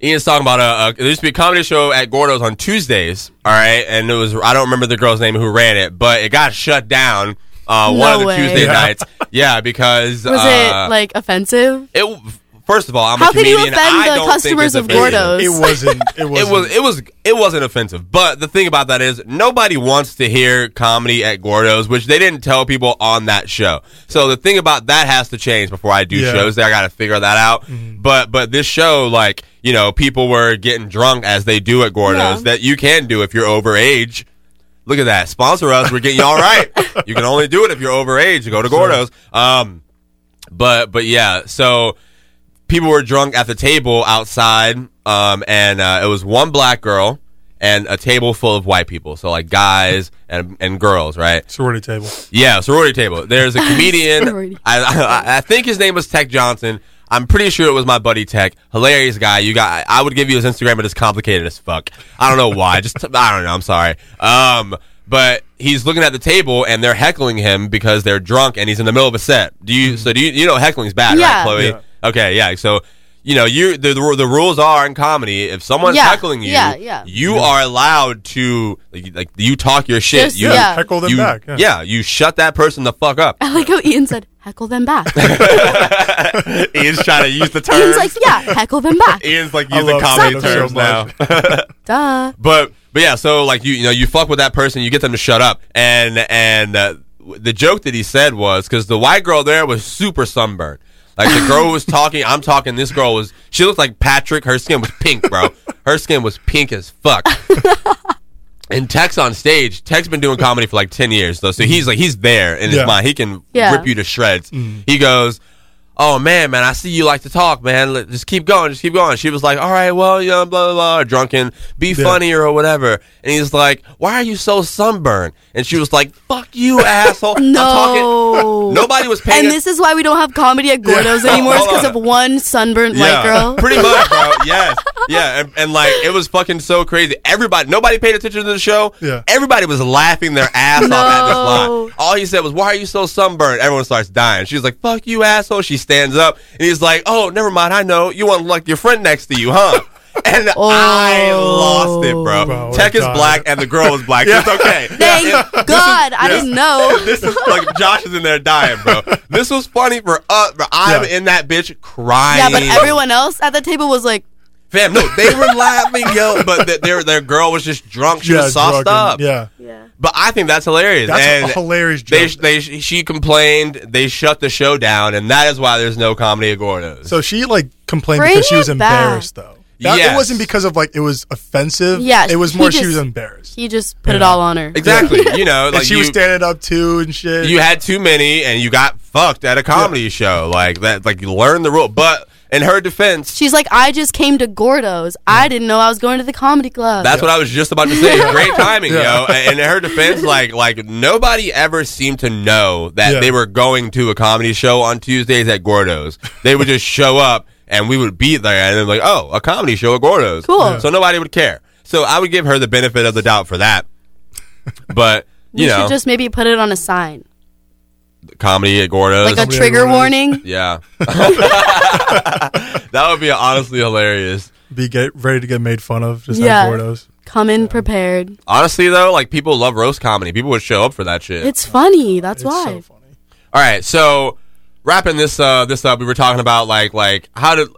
Ian's talking about a, a there used to be a comedy show at Gordo's on Tuesdays. All right, and it was I don't remember the girl's name who ran it, but it got shut down uh, one No of the way. Tuesday Yeah. nights. Yeah, because Was uh, it like offensive? it? First of all, I'm a How can you comedian. offend I the don't think customers it's of offensive. Gordo's? it wasn't. It was. It was it was it wasn't offensive, but the thing about that is nobody wants to hear comedy at Gordo's, which they didn't tell people on that show. So the thing about that has to change before I do Yeah. shows. I got to figure that out. But but this show, like you know, people were getting drunk as they do at Gordo's. Yeah. That you can do if you're overage. Look at that. Sponsor us. We're getting you all right. you can only do it if you're overage. Go to Gordo's. Um, but but yeah. So people were drunk at the table outside, um, and uh, it was one black girl and a table full of white people. So like guys and and girls, right? sorority table. Yeah, sorority table. There's a comedian. Sorority. I, I, I think his name was Tech Johnson. I'm pretty sure it was my buddy Tech. Hilarious guy. You got. I would give you his Instagram, but it's complicated as fuck. I don't know why. Just I don't know. I'm sorry. Um, but he's looking at the table and they're heckling him because they're drunk and he's in the middle of a set. Do you? So do you? You know heckling's bad, right, Yeah. Chloe? Okay, yeah. So. You know, you the, the the rules are in comedy. If someone's Yeah, heckling you, yeah, yeah. you are allowed to like, like you talk your shit. Just- you Yeah. Heckle them you, back. yeah, you shut that person the fuck up. I like how Ian said heckle them back. Ian's trying to use the terms. Ian's like, yeah, heckle them back. Ian's like I using love comedy stand-up so terms now. Duh. but but yeah, so like you you know you fuck with that person, you get them to shut up, and and uh, the joke that he said was because the white girl there was super sunburned. Like the girl was talking, I'm talking. This girl was she looked like Patrick. Her skin was pink, bro. Her skin was pink as fuck. And Tex on stage, Tex's been doing comedy for like ten years though, so he's like he's there in his Yeah. mind. He can Yeah. rip you to shreds. He goes, "Oh man, man, I see you like to talk, man. Let- Just keep going, just keep going." She was like, "All right, well, you know, blah blah blah, or drunken, be funnier or whatever." And he's like, "Why are you so sunburned?" And she was like, "Fuck you, asshole." I'm talking- No. Nobody was paying. And this is why we don't have comedy at Gordo's anymore. It's Hold because on. of one sunburnt white girl. Pretty much, bro. yes. Yeah. And, and like, it was fucking so crazy. Everybody, nobody paid attention to the show. Yeah. Everybody was laughing their ass off at this No. line. All he said was, Why are you so sunburned? Everyone starts dying. She's like, Fuck you, asshole. She stands up and he's like, Oh, never mind. I know. You want to like your friend next to you, huh? And I lost it, bro. Oh. Bro, Tech is God. black and the girl is black. It's okay. Thank God. I didn't know. this is like Josh is in there dying, bro. This was funny for us, bro. I'm Yeah. in that bitch crying. Yeah, but everyone else at the table was like, Fam, no, they were laughing, yo, but th- their their girl was just drunk. She was sauced drug and- up. Yeah. yeah. But I think that's hilarious. That's and a hilarious joke. They, they she complained. They shut the show down, and that is why there's no comedy at Gordo's. so she like complained Bring because she was it back. embarrassed though. That, Yes. It wasn't because of like it was offensive. Yeah, It was he more she just- was embarrassed. He just put it Yeah. all on her. exactly, you know, like and she you, was standing up too and shit. you had too many, and you got fucked at a comedy show like that. Like you learned the rule, but in her defense, She's like, I just came to Gordo's. I didn't know I was going to the comedy club. That's what I was just about to say. Great timing, yo. And in her defense, like like nobody ever seemed to know that Yeah. they were going to a comedy show on Tuesdays at Gordo's. They would just show up and we would be there and then like, oh, a comedy show at Gordo's. Cool. Yeah. So nobody would care. So I would give her the benefit of the doubt for that. But you, you know, should just maybe put it on a sign, comedy at Gordo's. like a trigger Gordo's. warning. yeah. that would be honestly hilarious. be get, ready to get made fun of just Yeah. at Gordo's. Come in prepared. Honestly though, like people love roast comedy. People would show up for that shit. It's funny. That's It's why. so funny. All right, so wrapping this uh, this up, we were talking about like like how to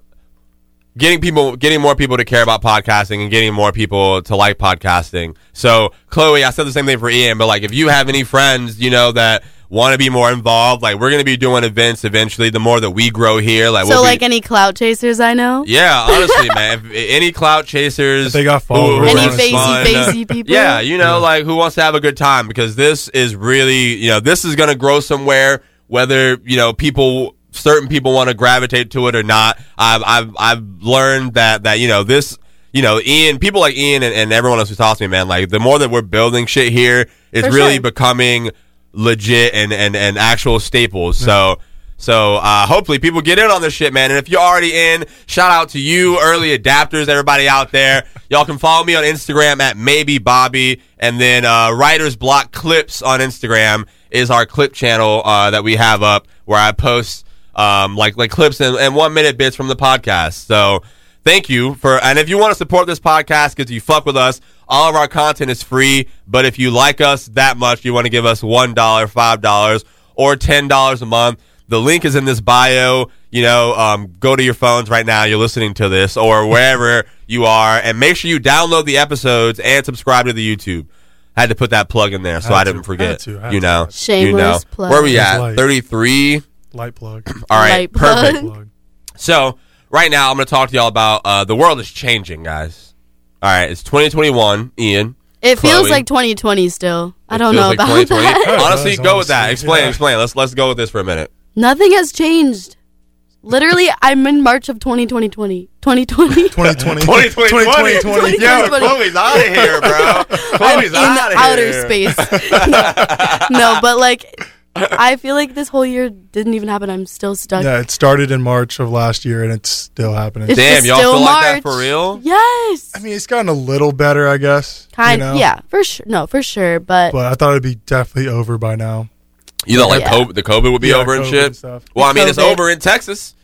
getting people getting more people to care about podcasting and getting more people to like podcasting. So Chloe, I said the same thing for Ian, but like if you have any friends, you know that want to be more involved, like we're gonna be doing events eventually. The more that we grow here, like so, we'll be- like any clout chasers I know, yeah, honestly, man. If, any clout chasers, If they got who- who followers, are any having facey, fun, facey people. yeah, you know, like who wants to have a good time because this is really, you know, this is going to grow somewhere. Whether you know people, certain people want to gravitate to it or not. I've I've I've learned that that you know this, you know, Ian, people like Ian and, and everyone else who talks to me, man. Like the more that we're building shit here, it's For really sure. becoming legit and and and actual staples. So. So uh, hopefully people get in on this shit, man. And if you're already in, shout out to you, early adapters, everybody out there. Y'all can follow me on Instagram at maybe Bobby, and then uh, Writers Block Clips on Instagram is our clip channel uh, that we have up where I post um, like like clips and, and one minute bits from the podcast. So thank you for and if you want to support this podcast because you fuck with us, all of our content is free. But if you like us that much, you want to give us one dollar, five dollars, or ten dollars a month. The link is in this bio. You know, um, go to your phones right now. You're listening to this or wherever you are, and make sure you download the episodes and subscribe to the YouTube. I had to put that plug in there so Had I to, didn't had forget. to, had you to. know, you know. Shameless plug. Where we It's at? light. Thirty three. Light plug. All right, Light plug. perfect. Plug. So right now, I'm going to talk to y'all about uh, the world is changing, guys. All right, it's 2021, Ian. It feels Chloe. like 2020 still. I It don't feels know like about 2020. that. Honestly, Guys, go with that. honestly, Explain, yeah. explain. Let's let's go with this for a minute. Nothing has changed. Literally, I'm in March of 2020. 2020. 2020. 2020. 2020. Yo, 2020. Chloe's out of here, bro. I'm Chloe's in out the of outer here. space. no, but like, I feel like this whole year didn't even happen. I'm still stuck. Yeah, it started in March of last year and it's still happening. It's Damn, just y'all still feel like that March. for real? Yes. I mean, it's gotten a little better, I guess. you kind. know? Yeah, for sure. No, for sure. But, But I thought it'd be definitely over by now. You thought like Yeah. COVID, the COVID would be Yeah, over and COVID shit. and stuff. well, I mean, it's COVID. over in Texas.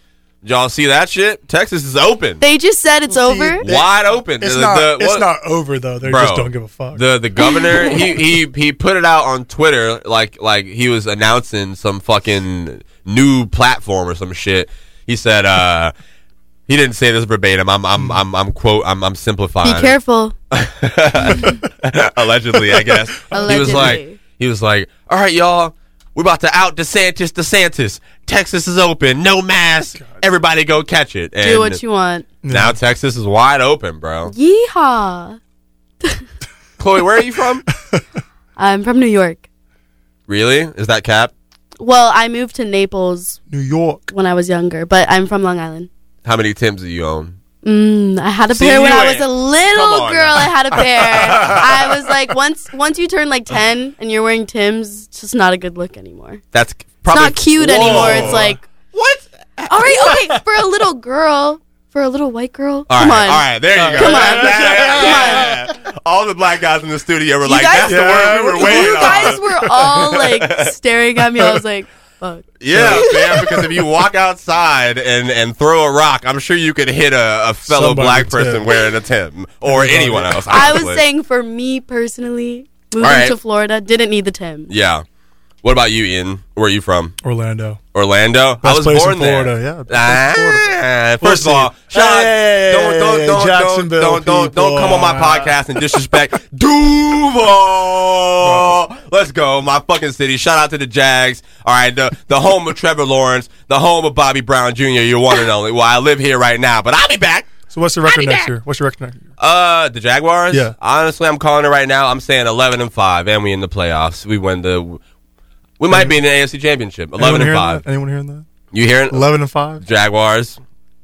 Did y'all see that shit? Texas is open, they just said it's Well, see, over. they- wide open. It's The- not. the- it's what- not over though. They just don't give a fuck. The the governor he he he put it out on Twitter like like he was announcing some fucking new platform or some shit. He said uh, he didn't say this verbatim. I'm I'm I'm, I'm quote I'm I'm simplifying. Be it. careful. allegedly, I guess. He was Allegedly. like, he was like, all right, y'all, we're about to out DeSantis, DeSantis. Texas is open, no mask. Everybody go catch it. And Do what you want. Now Texas is wide open, bro. Yeehaw. Chloe, where are you from? I'm from New York. really? Is that cap? Well, I moved to Naples New York. when I was younger, but I'm from Long Island. How many Tims do you own? Mm, I had a See, pair when you I was ain't. a little Come on girl. now. I had a pair. I was like, once once you turn like ten and you're wearing Tim's, it's just not a good look anymore. That's It's probably not cute Whoa. anymore. It's like, what? all right, okay, for a little girl, for a little white girl. All right, come on, all right, there you go. Come on. Yeah, yeah, yeah. All the black guys in the studio were like, guys- "That's the word we were waiting you on." guys were all like staring at me. I was like, fuck. Yeah, man, because if you walk outside and, and throw a rock, I'm sure you could hit a, a fellow Somebody black with person Tim. wearing a Tim or anyone else. I was honestly. saying for me personally, moving right. to Florida didn't need the Tim. Yeah. What about you, Ian? Where are you from? Orlando. Orlando? I Best was place born in there. Florida, yeah, best place in Ah, We'll First of all, see. shout out- Hey, don't don't don't don't Jacksonville don't don't, don't come on my people. podcast and disrespect Duval. Let's go, my fucking city. Shout out to the Jags. All right, the the home of Trevor Lawrence, the home of Bobby Brown Jr. You're one and only. Well, I live here right now, but I'll be back. So what's your record next year? What's your record next year? Uh, the Jaguars. Yeah. Honestly, I'm calling it right now. I'm saying 11 and five, and we in the playoffs. We win the. We might be in the AFC Championship. 11 and Mm-hmm. Anyone hearing five. That? Anyone hearing that? You hearing? Eleven and five. Jaguars.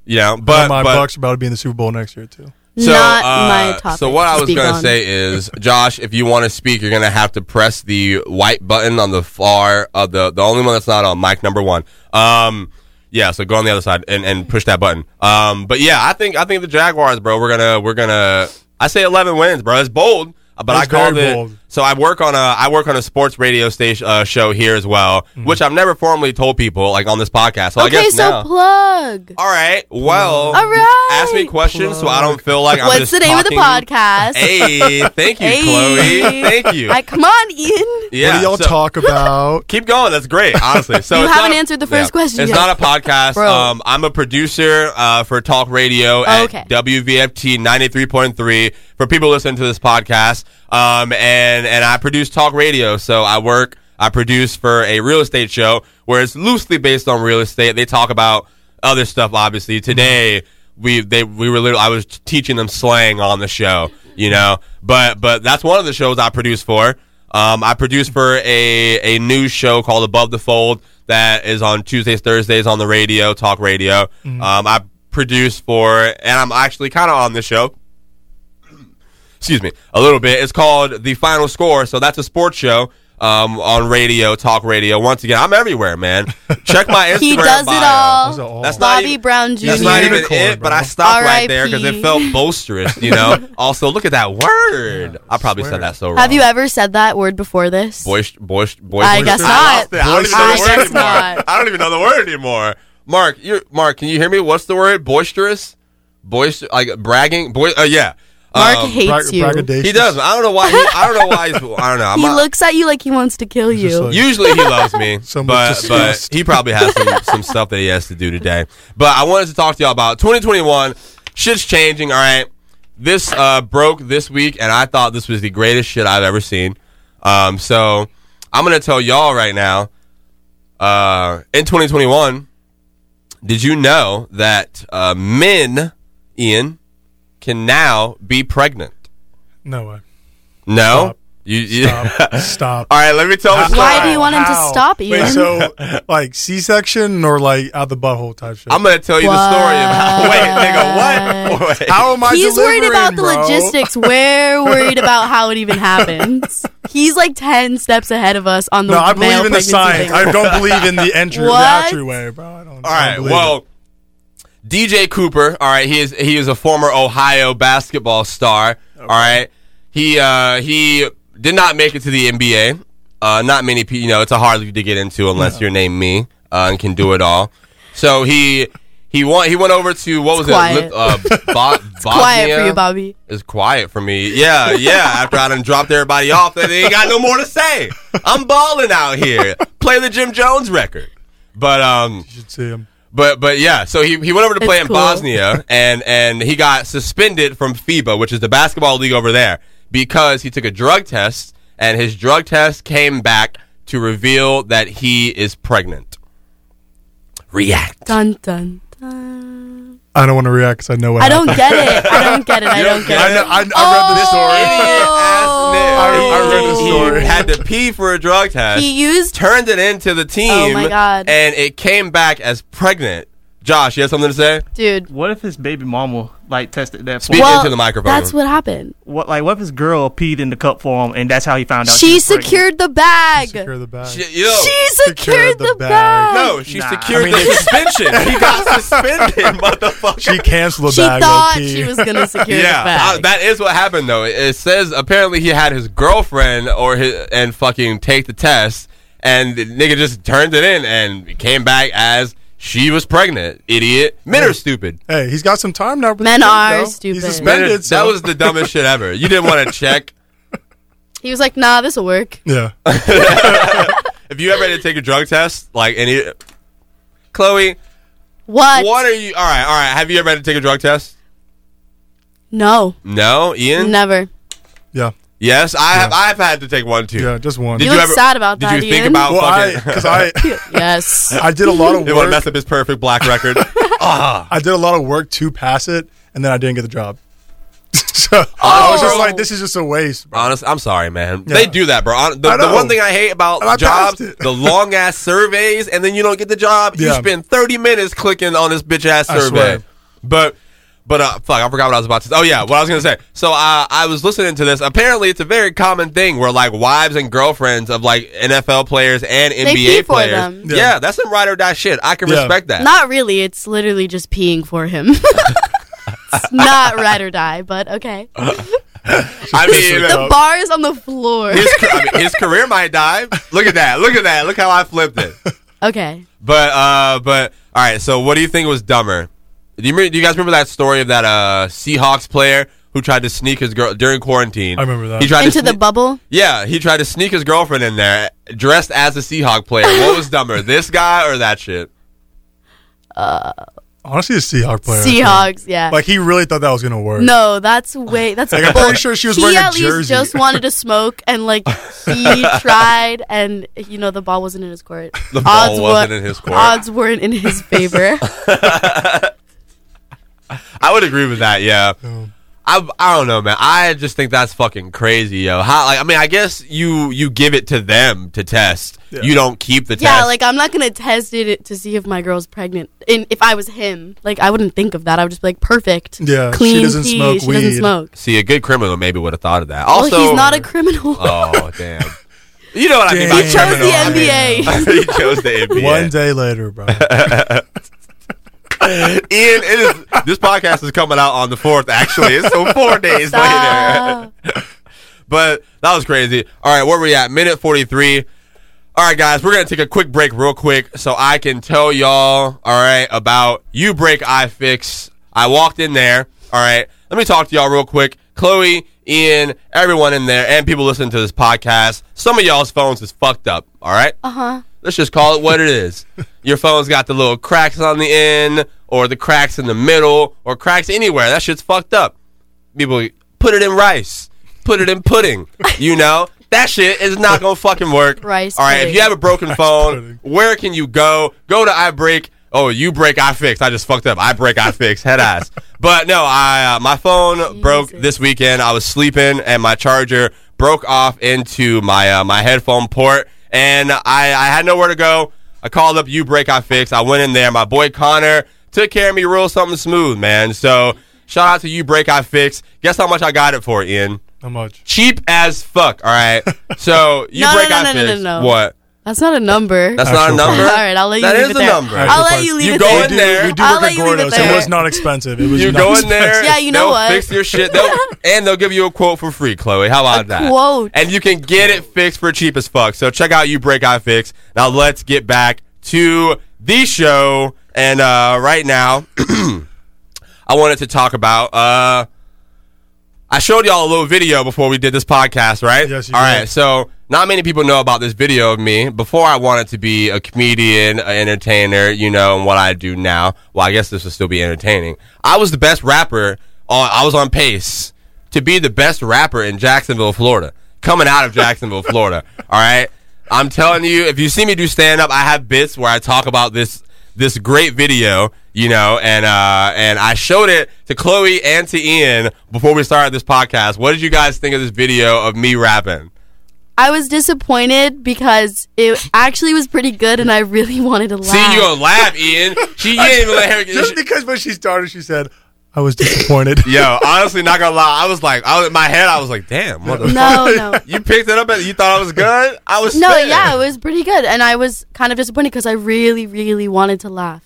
Yeah, But but my but, Bucks are about to be in the Super Bowl next year too. So, not uh, my topic. So what to I was speak gonna on. say is, Josh, if you want to speak, you're gonna have to press the white button on the far of the the only one that's not on mic number one. Um, yeah. So go on the other side and, and push that button. Um, but yeah, I think I think the Jaguars, bro. We're gonna we're gonna. I say 11 wins, bro. It's bold, uh, but I That's called very it. bold. So I work on a I work on a sports radio station uh, show here as well, Mm-hmm. which I've never formally told people like on this podcast. So I okay, guess so now. plug. all right. Well, All right. ask me questions so I don't feel like I'm What's just the name of the talking- podcast? Hey, thank you, Hey. Chloe. Thank you. I, come on, Ian. yeah, what do y'all so- talk about? Keep going. That's great. Honestly, so You it's not haven't a- answered the first yeah. question It's yet. not a podcast. Bro. Um, I'm a producer uh, for talk radio Oh, at Okay. WVFT 93.3 for people listening to this podcast. Um, and and I produce talk radio, so I work. I produce for a real estate show where it's loosely based on real estate. They talk about other stuff, obviously. Today we they we were literally I was teaching them slang on the show, you know. But but that's one of the shows I produce for. Um, I produce for a a news show called Above the Fold that is on Tuesdays, Thursdays on the radio, talk radio. Um, I produce for, and I'm actually kind of on this show excuse me, a little bit. It's called The Final Score. So that's a sports show um, on radio, talk radio. Once again, I'm everywhere, man. Check my Instagram. He does bio. it all. Does it all. That's not Bobby even- Brown Jr. That's not even Unicorn, it, bro. but I stopped right RIP. there because it felt boisterous, you know. also, look at that word. I probably swear. said that so wrong. Have you ever said that word before this? Boist, boist, boist, I guess I not. lost it. I don't even know the Boisterous. word I guess anymore. not. I don't even know the word anymore. Mark, you Mark, can you hear me? What's the word? Boisterous, boister, like bragging. Boy, uh, yeah. Mark Um, hates Brag- you. braggadocious. He does. I don't know why. He, I don't know why. He's, I don't know. I'm He not- looks at you like he wants to kill just you. like- Usually he loves me, So much but but disgust. he probably has some, some stuff that he has to do today. But I wanted to talk to y'all about 2021. Shit's changing. All right, this uh, broke this week, and I thought this was the greatest shit I've ever seen. Um, so I'm gonna tell y'all right now. Uh, in 2021, did you know that uh, men, Ian, can now be pregnant? No way. No, Stop. you. you Stop. Stop. All right, let me tell the story. Why do you want him to How? stop you? Wait, so like C-section or like out the butthole type shit? I'm gonna tell you the story about. What? Wait, nigga, what? Wait. How am I? He's worried delivering, about the bro? logistics. We're worried about how it even happens. He's like ten steps ahead of us on the No, male I believe in the pregnancy science. thing. I don't believe in the entry, the What? entryway, bro. I don't. all right, well, DJ Cooper. All right, he is he is a former Ohio basketball star. All right, he uh, he did not make it to the NBA. Uh, not many people, you know, it's a hard league to get into unless you're named me uh, and can do it all. So he he went he went over to what was quiet. it? Uh, Bo- Quiet for Bosnia? you, Bobby. It's quiet for me. Yeah, yeah. After I done dropped everybody off, that they ain't got no more to say. I'm balling out here. Play the Jim Jones record. But um, You should see him. but but yeah, so he, he went over to play It's in cool. Bosnia and and he got suspended from FIBA, which is the basketball league over there, because he took a drug test and his drug test came back to reveal that he is pregnant. React. Dun dun dun. I don't want to react because I know what I don't happened. get it. I don't get it. I don't get I, it. know, I, I read the Oh. story. I, I- I read the story. had to pee for a drug test. He used turned it into the team. Oh, my God. And it came back as pregnant. Josh, you have something to say? dude. What if his baby mama like tested that for Speak him? into the microphone. That's what happened. What like what if his girl peed in the cup for him and that's how he found out? She was pregnant? secured the bag. Secure the bag. She- yo, She Secured secured the the bag. bag. no, she Nah. secured I mean, the they- suspension. She got suspended, motherfucker. She canceled the She bag. thought low-key. she was gonna secure yeah, the bag. I- that is what happened though. It, it says apparently he had his girlfriend or his and fucking take the test, and the nigga just turned it in and came back as she was pregnant. Idiot, men are stupid. Hey, he's got some time now. for the Men kid, are though. stupid. He's Men are- suspended. that so- was the dumbest shit ever. You didn't want to check. he was like, "Nah, this will work." yeah. If you ever had to take a drug test, like any, Chloe, What? what are you? All right, all right. Have you ever had to take a drug test? No, No, Ian. never. Yeah. Yes, I have. I've had to take one too. Yeah. Just one. Did You you look ever- sad about Did that, you think Ian. about well, I fucking? because I Yes. I did a lot of They want to mess work. up his perfect black record. I did a lot of work to pass it, and then I didn't get the job. so I was just Oh! like, this is just a waste. bro. Honest, I'm sorry, man. Yeah. They do that, bro. Hon- The, I the know. one thing I hate about And I jobs, passed it. the long ass surveys, and then you don't get the job. You Yeah. spend 30 minutes clicking on this bitch ass I survey. swear. But, but uh, fuck, I forgot what I was about to. Oh yeah, what I was gonna say. So uh, I was listening to this. Apparently, it's a very common thing where like wives and girlfriends of like NFL players and NBA pee for players. them. Yeah. Yeah. that's some ride or die shit. I can Yeah. respect that. Not really. It's literally just peeing for him. It's not ride or die, but okay. I mean, The bar is on the floor. his, I mean, his career might die. Look at that. Look at that. Look how I flipped it. Okay. But uh, but all right. So what do you think was dumber? Do you, remember, do you guys remember that story of that uh, Seahawks player who tried to sneak his girl during quarantine? I remember that. He tried Into to sne- the bubble. yeah, he tried to sneak his girlfriend in there dressed as a Seahawk player. What was dumber, this guy or that shit? Honestly, a Seahawk player. Seahawks. Yeah. Like he really thought that was gonna work. no, that's way. That's Like, I'm bull- pretty sure she was he wearing a at least jersey. just wanted to smoke, and like he tried, and you know the ball wasn't in his court. The Odds ball wa- wasn't in his court. Odds weren't in his favor. I would agree with that. Yeah. I, I don't know, man. I just think that's fucking crazy, yo. How like I mean, I guess you you give it to them to test. Yeah. You don't keep the test. yeah, like I'm not gonna test it to see if my girl's pregnant. And if I was him, like I wouldn't think of that. I would just be like, perfect. Yeah, she clean. doesn't pee. smoke she weed. doesn't smoke. See, a good criminal maybe would have thought of that. Well, Also, he's not a criminal. Oh damn! You know what I mean? By He chose criminal, the I mean- NBA. he chose the NBA. One day later, bro. Ian, it is. This podcast is coming out on the fourth. Actually, it's so four days later. Stop. But that was crazy. All right, where we at? Minute forty three. All right, guys, we're gonna take a quick break, real quick, so I can tell y'all, all right, about you break I fix. I walked in there. All right, let me talk to y'all real quick. Chloe, Ian, everyone in there, and people listening to this podcast. Some of y'all's phones is fucked up. All right. Uh huh. Let's just call it what it is. Your phone's got the little cracks on the end, or the cracks in the middle, or cracks anywhere. That shit's fucked up people put it in rice, put it in pudding. You know that shit is not gonna fucking work. Rice All right, if pudding. you have a broken phone, pudding. where can you go? Go to I break. Oh, you break, I fix. I just fucked up. I break, I fix. Head ass. But no, I uh, my phone broke this weekend. I was sleeping and my charger broke off into my uh, my headphone port, and I I had nowhere to go. I called up you break, I fix. I went in there. My boy Connor took care of me real something smooth, man. So shout out to you break, I fix. Guess how much I got it for, Ian? How much? Cheap as fuck. All right. So you No, break, no, no, I no, no, fix. no. What? That's not a number. That's Actual not a number. All right, I'll let you That leave is it a there. number. I'll let Actual you part. leave You it go there. in there. We do I'll look let at you leave it Gordo's. It there. was not expensive. It was You not go in expensive. there. Yeah, you know they'll what? Fix your shit, they'll, and they'll give you a quote for free, Chloe. How about that? quote. And you can get it fixed for cheap as fuck. So check out you break I fix. Now let's get back to the show. And uh, right now, I wanted to talk about. Uh, I showed y'all a little video before we did this podcast, right? Yes, you All did. right. So Not many people know about this video of me. Before I wanted to be a comedian, an entertainer, you know, and what I do now. Well, I guess this would still be entertaining. I was the best rapper. On, I was on pace to be the best rapper in Jacksonville, Florida. Coming out of Jacksonville, Florida. All right. I'm telling you, if you see me do stand up, I have bits where I talk about this this great video, you know, and uh, and I showed it to Chloe and to Ian before we started this podcast. What did you guys think of this video of me rapping? I was disappointed because it actually was pretty good, and I really wanted to laugh. See, you gonna laugh, Ian? She didn't even let her. Just because when she started, she said, I was disappointed. Yo, honestly, not gonna lie, I was like, I was, in my head, I was like, damn, what the No, fuck? no. You picked it up and you thought I was good. I was no, spitting. yeah, it was pretty good, and I was kind of disappointed because I really, really wanted to laugh.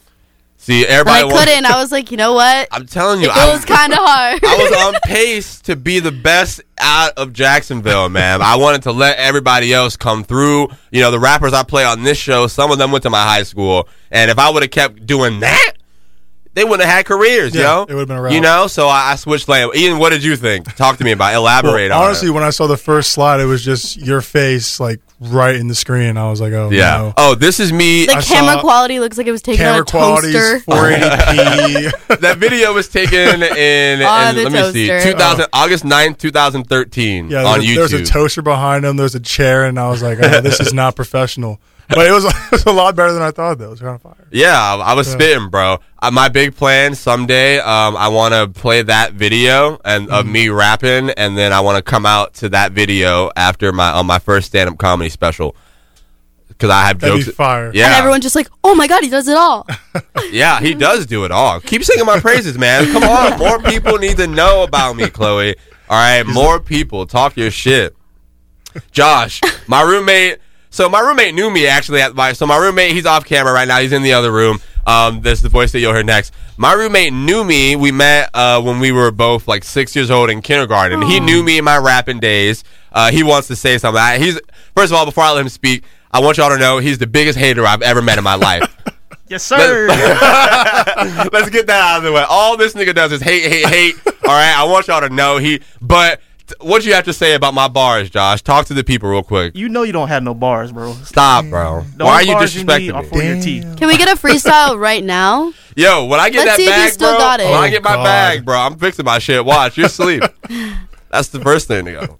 See, And everybody. I wants- couldn't. I was like, you know what? I'm telling you, It I- was kind of hard. I was on pace to be the best out of Jacksonville, man. I wanted to let everybody else come through. You know, the rappers I play on this show, some of them went to my high school, and if I would have kept doing that, they wouldn't have had careers, Yeah, yo. it would've been a route. You know, so I, I switched lane. Ian, what did you think? Talk to me about. it. Elaborate Well, on honestly, it. when I saw the first slide, it was just your face like right in the screen. I was like, oh Yeah. no. Oh, this is me. the I camera saw- quality looks like it was taken on Camera a quality toaster. is 480p. that video was taken in, in On the let me see, toaster. 2000 August 9th, 2013 yeah, on there's, a, YouTube. there's a toaster behind him. There's a chair, and I was like, oh, this is not professional. But it was, it was a lot better than I thought. Though it was kind of fire. Yeah, I I was Yeah. spitting, bro. Uh, my big plan someday, um, I want to play that video and Mm-hmm. of me rapping, and then I want to come out to that video after my on my first stand up comedy special because I have That'd be jokes. fire. Yeah, And everyone's just like, oh my god, he does it all. yeah, he does do it all. Keep singing my praises, man. Come on, more people need to know about me, Chloe. All right, more people talk your shit. Josh, my roommate. So my roommate knew me actually. At my, so my roommate, he's off camera right now. He's in the other room. Um, this is the voice that you'll hear next. My roommate knew me. We met uh, when we were both like six years old in kindergarten. He knew me in my rapping days. Uh, he wants to say something. I, he's first of all, before I let him speak, I want y'all to know he's the biggest hater I've ever met in my life. Yes, sir. Let's get that out of the way. All this nigga does is hate, hate, hate. All right, I want y'all to know he. But t- what you have to say about my bars, Josh? Talk to the people real quick. you know you don't have no bars, bro. Stop, bro. Mm, The Why are only you bars need disrespecting are me? for your teeth. Can we get a freestyle right now? Yo, when I get Let's that see if you bag, still bro. got it. When I Oh, get my God. bag, bro, I'm fixing my shit. Watch, you're asleep. That's the first thing to go.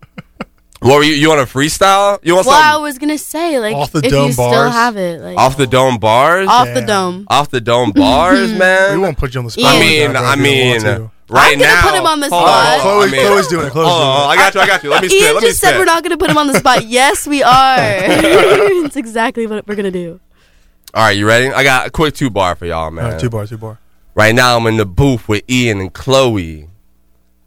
What were you? You want a freestyle? You want Well, I something was gonna say like Off the if you dome still bars. have it, like off, off the dome bars? the Damn. dome. Off the dome bars, man. We won't put you on the spot. I Ian. mean, like that, I though, if you mean, uh, don't want to. right I'm gonna now. put him on the Hold spot. Chloe- I mean- Chloe's doing it, Chloe's Hold on, I got you. I got you. Let me spit. Ian Let me just said spit. we're not gonna put him on the spot. yes, we are. it's exactly what we're gonna do. All right, you ready? I got a quick two bar for y'all, man. All right, two bar, two bar. Right now, I'm in the booth with Ian and Chloe,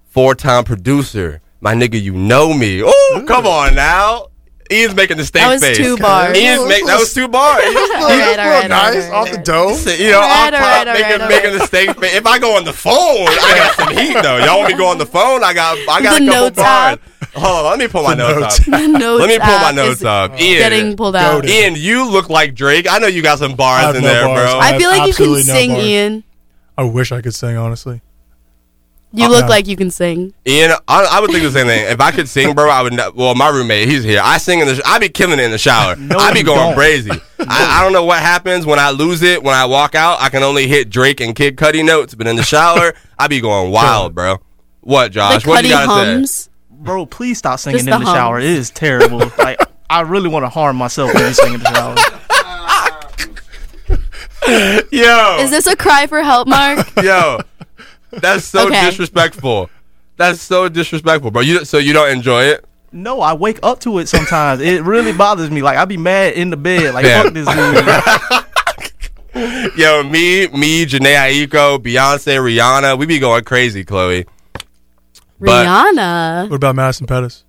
four time producer. My nigga, you know me. Ooh, come on now. Ian's making the stank That was face. two bars. Ian's make, that was two bars. All right, all right, all right, nice all off right. the dome. You know, Alright, alright, off top, alright, making, alright. making the stank face. If I go on the phone, I got some heat though. Y'all want me to go on the phone? I got, The I got a couple notes bars. app. Hold on, let me pull my notes, up. notes. The notes Let me pull my app notes is up. Ian, uh, Getting pulled out. Goated. Ian, you look like Drake. I know you got some I bars have in no there, bars. bro. I feel I have like you can absolutely no sing, bars. Ian. I wish I could sing, honestly. You Uh, look no. Uh-uh. like you can sing. Ian, I, I would think the same thing. If I could sing, bro, I would. Not, well, my roommate, he's here. I sing in the. Sh- I be killing it in the shower. I be you going don't. crazy. I, I don't know what happens when I lose it. When I walk out, I can only hit Drake and Kid Cudi notes. But in the shower, I be going wild, bro. What, Josh? Like what do Cuddy you gotta hums. say? Bro, please stop singing Just in the the hums. shower. It is terrible. like I really want to harm myself when you sing in the shower. Yo, Is this a cry for help, Mark? yo, that's so Okay. disrespectful. That's so disrespectful, bro. You so you don't enjoy it? No, I wake up to it sometimes. It really bothers me. Like I be mad in the bed. Like Yeah. fuck this dude. Yo, me, me, Janae Aiko, Beyonce, Rihanna, we be going crazy, Chloe. But- Rihanna. What about Madison Pettis?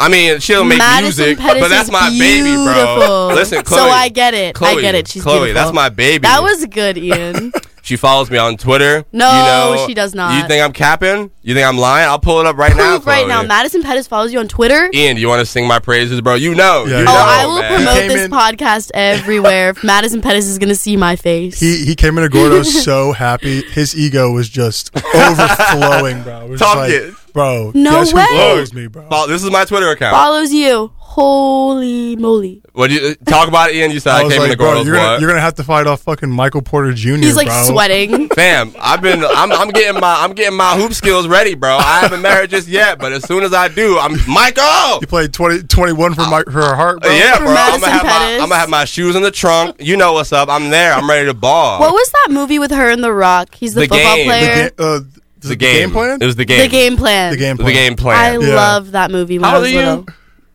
I mean, she'll make Madison music, Pettis but that's is my baby, bro. beautiful. Listen, Chloe. So I get it. Chloe, I get it. She's Chloe. beautiful. That's my baby. That was good, Ian. She follows me on Twitter. No, you know, she does not. You think I'm capping? You think I'm lying? I'll pull it up right now. Prove right Chloe. now. Madison Pettis follows you on Twitter. Ian, you want to sing my praises, bro? You know. Yeah, you yeah. know, Oh, I will man. promote He came this in- podcast everywhere. If Madison Pettis is gonna see my face. He he came into Gordo so happy. His ego was just overflowing, bro. It was just Talk like, it. bro, No guess way. who follows me, bro? Follow- This is my Twitter account. follows you. holy moly. What you talk about it, Ian? You said I, was came in the like, bro, girls. you're gonna, what? you're gonna have to fight off fucking Michael Porter Jr. He's like bro. sweating. Fam, I've been I'm, I'm getting my I'm getting my hoop skills ready, bro. I haven't married just yet, but as soon as I do, I'm Michael. He played 20, 21 for my, for her heart. Bro. Ah. Uh, Yeah, bro. I'm Madison gonna have my Pettis. I'm gonna have my shoes in the trunk. You know what's up? I'm there. I'm ready to ball. What was that movie with her and The Rock? He's the, The football Game. The The, player. ga- uh, the game plan. It was the game. The game plan. the game The plan. game I plan. Yeah. loved that movie when How I was old are you? little.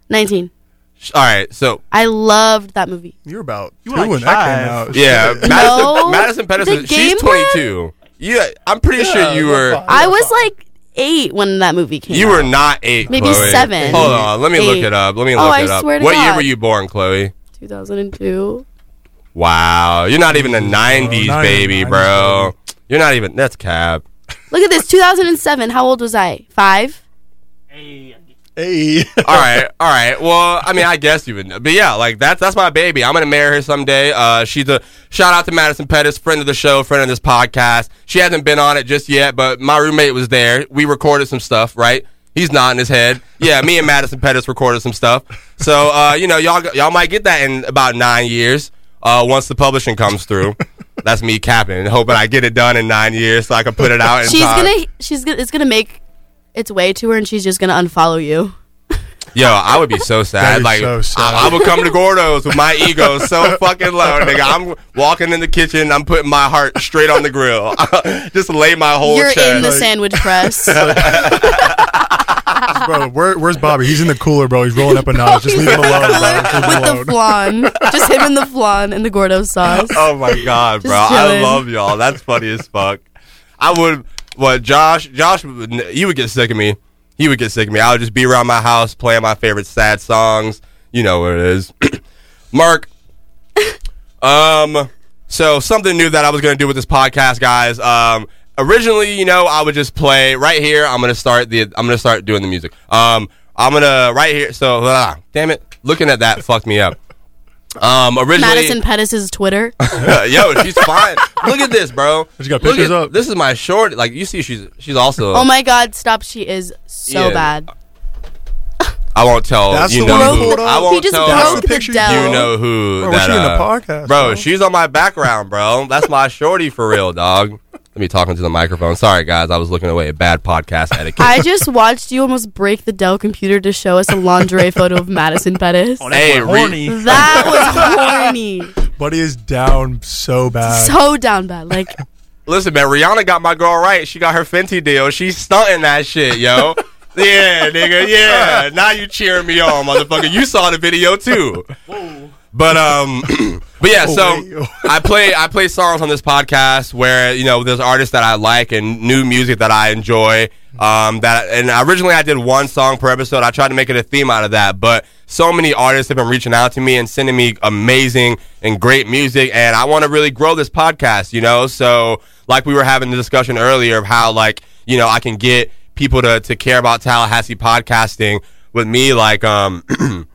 Nineteen. All right, so I loved that movie. You're about two were like when that came five. out. yeah, Madison, No. Madison Pettis. The is- game She's plan? 22. Yeah, I'm pretty sure you were. I was like eight when that movie came. You out. were not eight. Maybe Chloe. seven. Hold on, let me look Eight. it up. Let me Oh, look I it up. swear to what year God. were you born, Chloe? 2002. Wow, you're not even a '90s not even baby, 90s bro. You're not even. That's cab. Look at this. 2007. How old was I? Five. Hey, All right, all right. Well, I mean, I guess you would, know. but yeah, like that's that's my baby. I'm gonna marry her someday. Uh, she's a shout out to Madison Pettis, friend of the show, friend of this podcast. She hasn't been on it just yet, but my roommate was there. We recorded some stuff, right? He's nodding his head. Yeah, me and Madison Pettis recorded some stuff. So uh, you know, y'all y'all might get that in about nine years. Uh, once the publishing comes through, that's me capping, hoping I get it done in nine years so I can put it out. In She's time. gonna. She's gonna. It's gonna make its way to her, and she's just gonna unfollow you. Yo, I would be so sad. That'd be like so sad. I, I would come to Gordo's with my ego so fucking low, nigga. I'm walking in the kitchen. I'm putting my heart straight on the grill. Just lay my whole You're chest. in the sandwich press. bro, where, where's Bobby? He's in the cooler, bro. He's rolling up a notch. Just leave him alone, bro. Just leave him with the alone. flan. Just him and the flan and the Gordo sauce. oh my god, bro! Just I chilling. love y'all. That's funny as fuck. I would. What Josh? Josh, would n- you would get sick of me. He would get sick of me. I would just be around my house playing my favorite sad songs. You know what it is. Mark. Um. So something new that I was gonna do with this podcast, guys. Um. Originally, you know, I would just play right here. I'm gonna start the. I'm gonna start doing the music. Um. I'm gonna right here. So, ah, damn it. Looking at that fucked me up. Um. Originally, Madison Pettis's Twitter. Yo, she's fine. Look at this, bro. She got Look pictures at- up. This is my short. Like you see, she's she's also. Oh my God! Stop. She is so Yeah. bad. I won't tell That's you the know one who. pulled up? I won't He just tell That's broke the, the picture you Dell. you know who. Bro, that, she in the uh, bro, podcast, bro? She's on my background, bro. That's my shorty for real, dog. Let me talk into the microphone. Sorry, guys. I was looking away at bad podcast etiquette. I just watched you almost break the Dell computer to show us a lingerie photo of Madison Pettis. hey, re- Horny. That was horny. Buddy is down so Uh, bad. So down bad. Like listen, man. Rihanna got my girl right. She got her Fenty deal. She's stunting that shit, yo. yeah, nigga. Yeah. Now you cheering me on, motherfucker. You saw the video too. But um, but yeah. So wait. I play I play songs on this podcast where you know there's artists that I like and new music that I enjoy. Um, that and originally I did one song per episode. I tried to make it a theme out of that, but so many artists have been reaching out to me and sending me amazing and great music, and I want to really grow this podcast. You know, so like we were having the discussion earlier of how like you know I can get people to to care about Tallahassee podcasting with me like um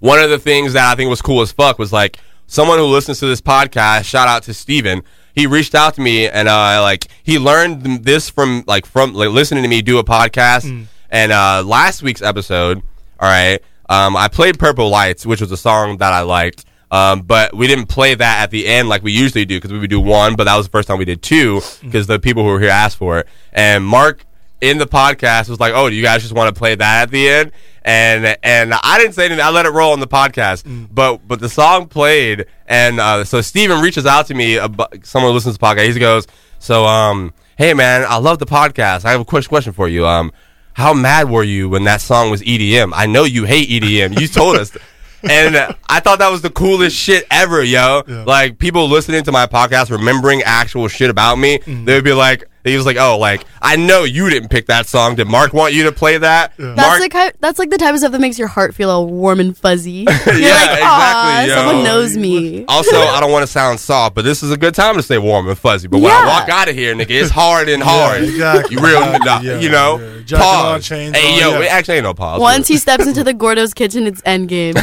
one of the things that I think was cool as fuck was like someone who listens to this podcast. Shout out to Steven. He reached out to me and uh, like he learned this from like from like, listening to me do a podcast. And uh, last week's episode, all right, um, I played Purple Lights, which was a song that I liked. Um, but we didn't play that at the end like we usually do because we would do one, but that was the first time we did two because the people who were here asked for it. And Mark in the podcast was like, "Oh, do you guys just want to play that at the end?" And and I didn't say anything. I let it roll on the podcast. But but the song played, and uh, so Steven reaches out to me. About, someone who listens to the podcast. He goes, "So um, hey man, I love the podcast. I have a quick question for you. Um, how mad were you when that song was EDM? I know you hate EDM. You told us." and uh, I thought that was the coolest shit ever, yo. Like people listening to my podcast, remembering actual shit about me, Mm-hmm. they would be like, he was like, oh, like I know you didn't pick that song. Did Mark want you to play that? that's Mark, the kind, that's like the type of stuff that makes your heart feel all warm and fuzzy. You're like, exactly, ah, yo. someone knows me. also, I don't want to sound soft, but this is a good time to stay warm and fuzzy. But when I Yeah. walk out of here, nigga, it's hard and Yeah, hard. exactly, You real, exactly, yeah, you know. yeah. Jacket on, Pause. chains hey, on, yo, yeah. it actually ain't no pause. Once he steps into the Gordo's kitchen, it's endgame.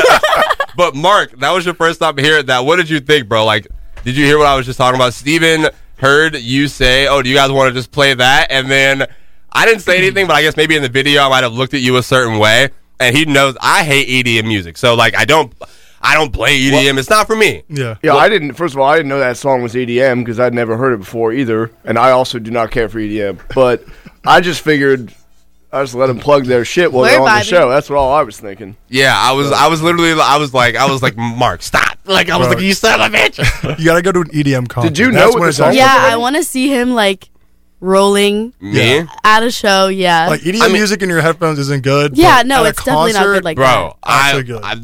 But Mark, that was your first time hearing that. What did you think, bro? Like, did you hear what I was just talking about? Steven heard you say, "Oh, do you guys want to just play that?" And then I didn't say anything, but I guess maybe in the video I might have looked at you a certain way. and he knows I hate EDM music. So like I don't I don't play EDM. It's not for me. Yeah. Yeah, I didn't. First of all, I didn't know that song was E EDM because I'd never heard it before either, and I also do not care for EDM. But I just figured I just let them plug their shit while We're they're on the vibing. show. That's what all I was thinking. Yeah, I was I was literally I was like I was like Mark, stop. Like I was Bro. like you son of a bitch. You gotta go to an E EDM concert. Did you know That's what when the it's song all was? yeah, I want to see him like rolling Me? at a show. Yeah, like EDM I mean- music in your headphones isn't good. Yeah, but no, at a it's definitely not good like Bro, That's I, so good. I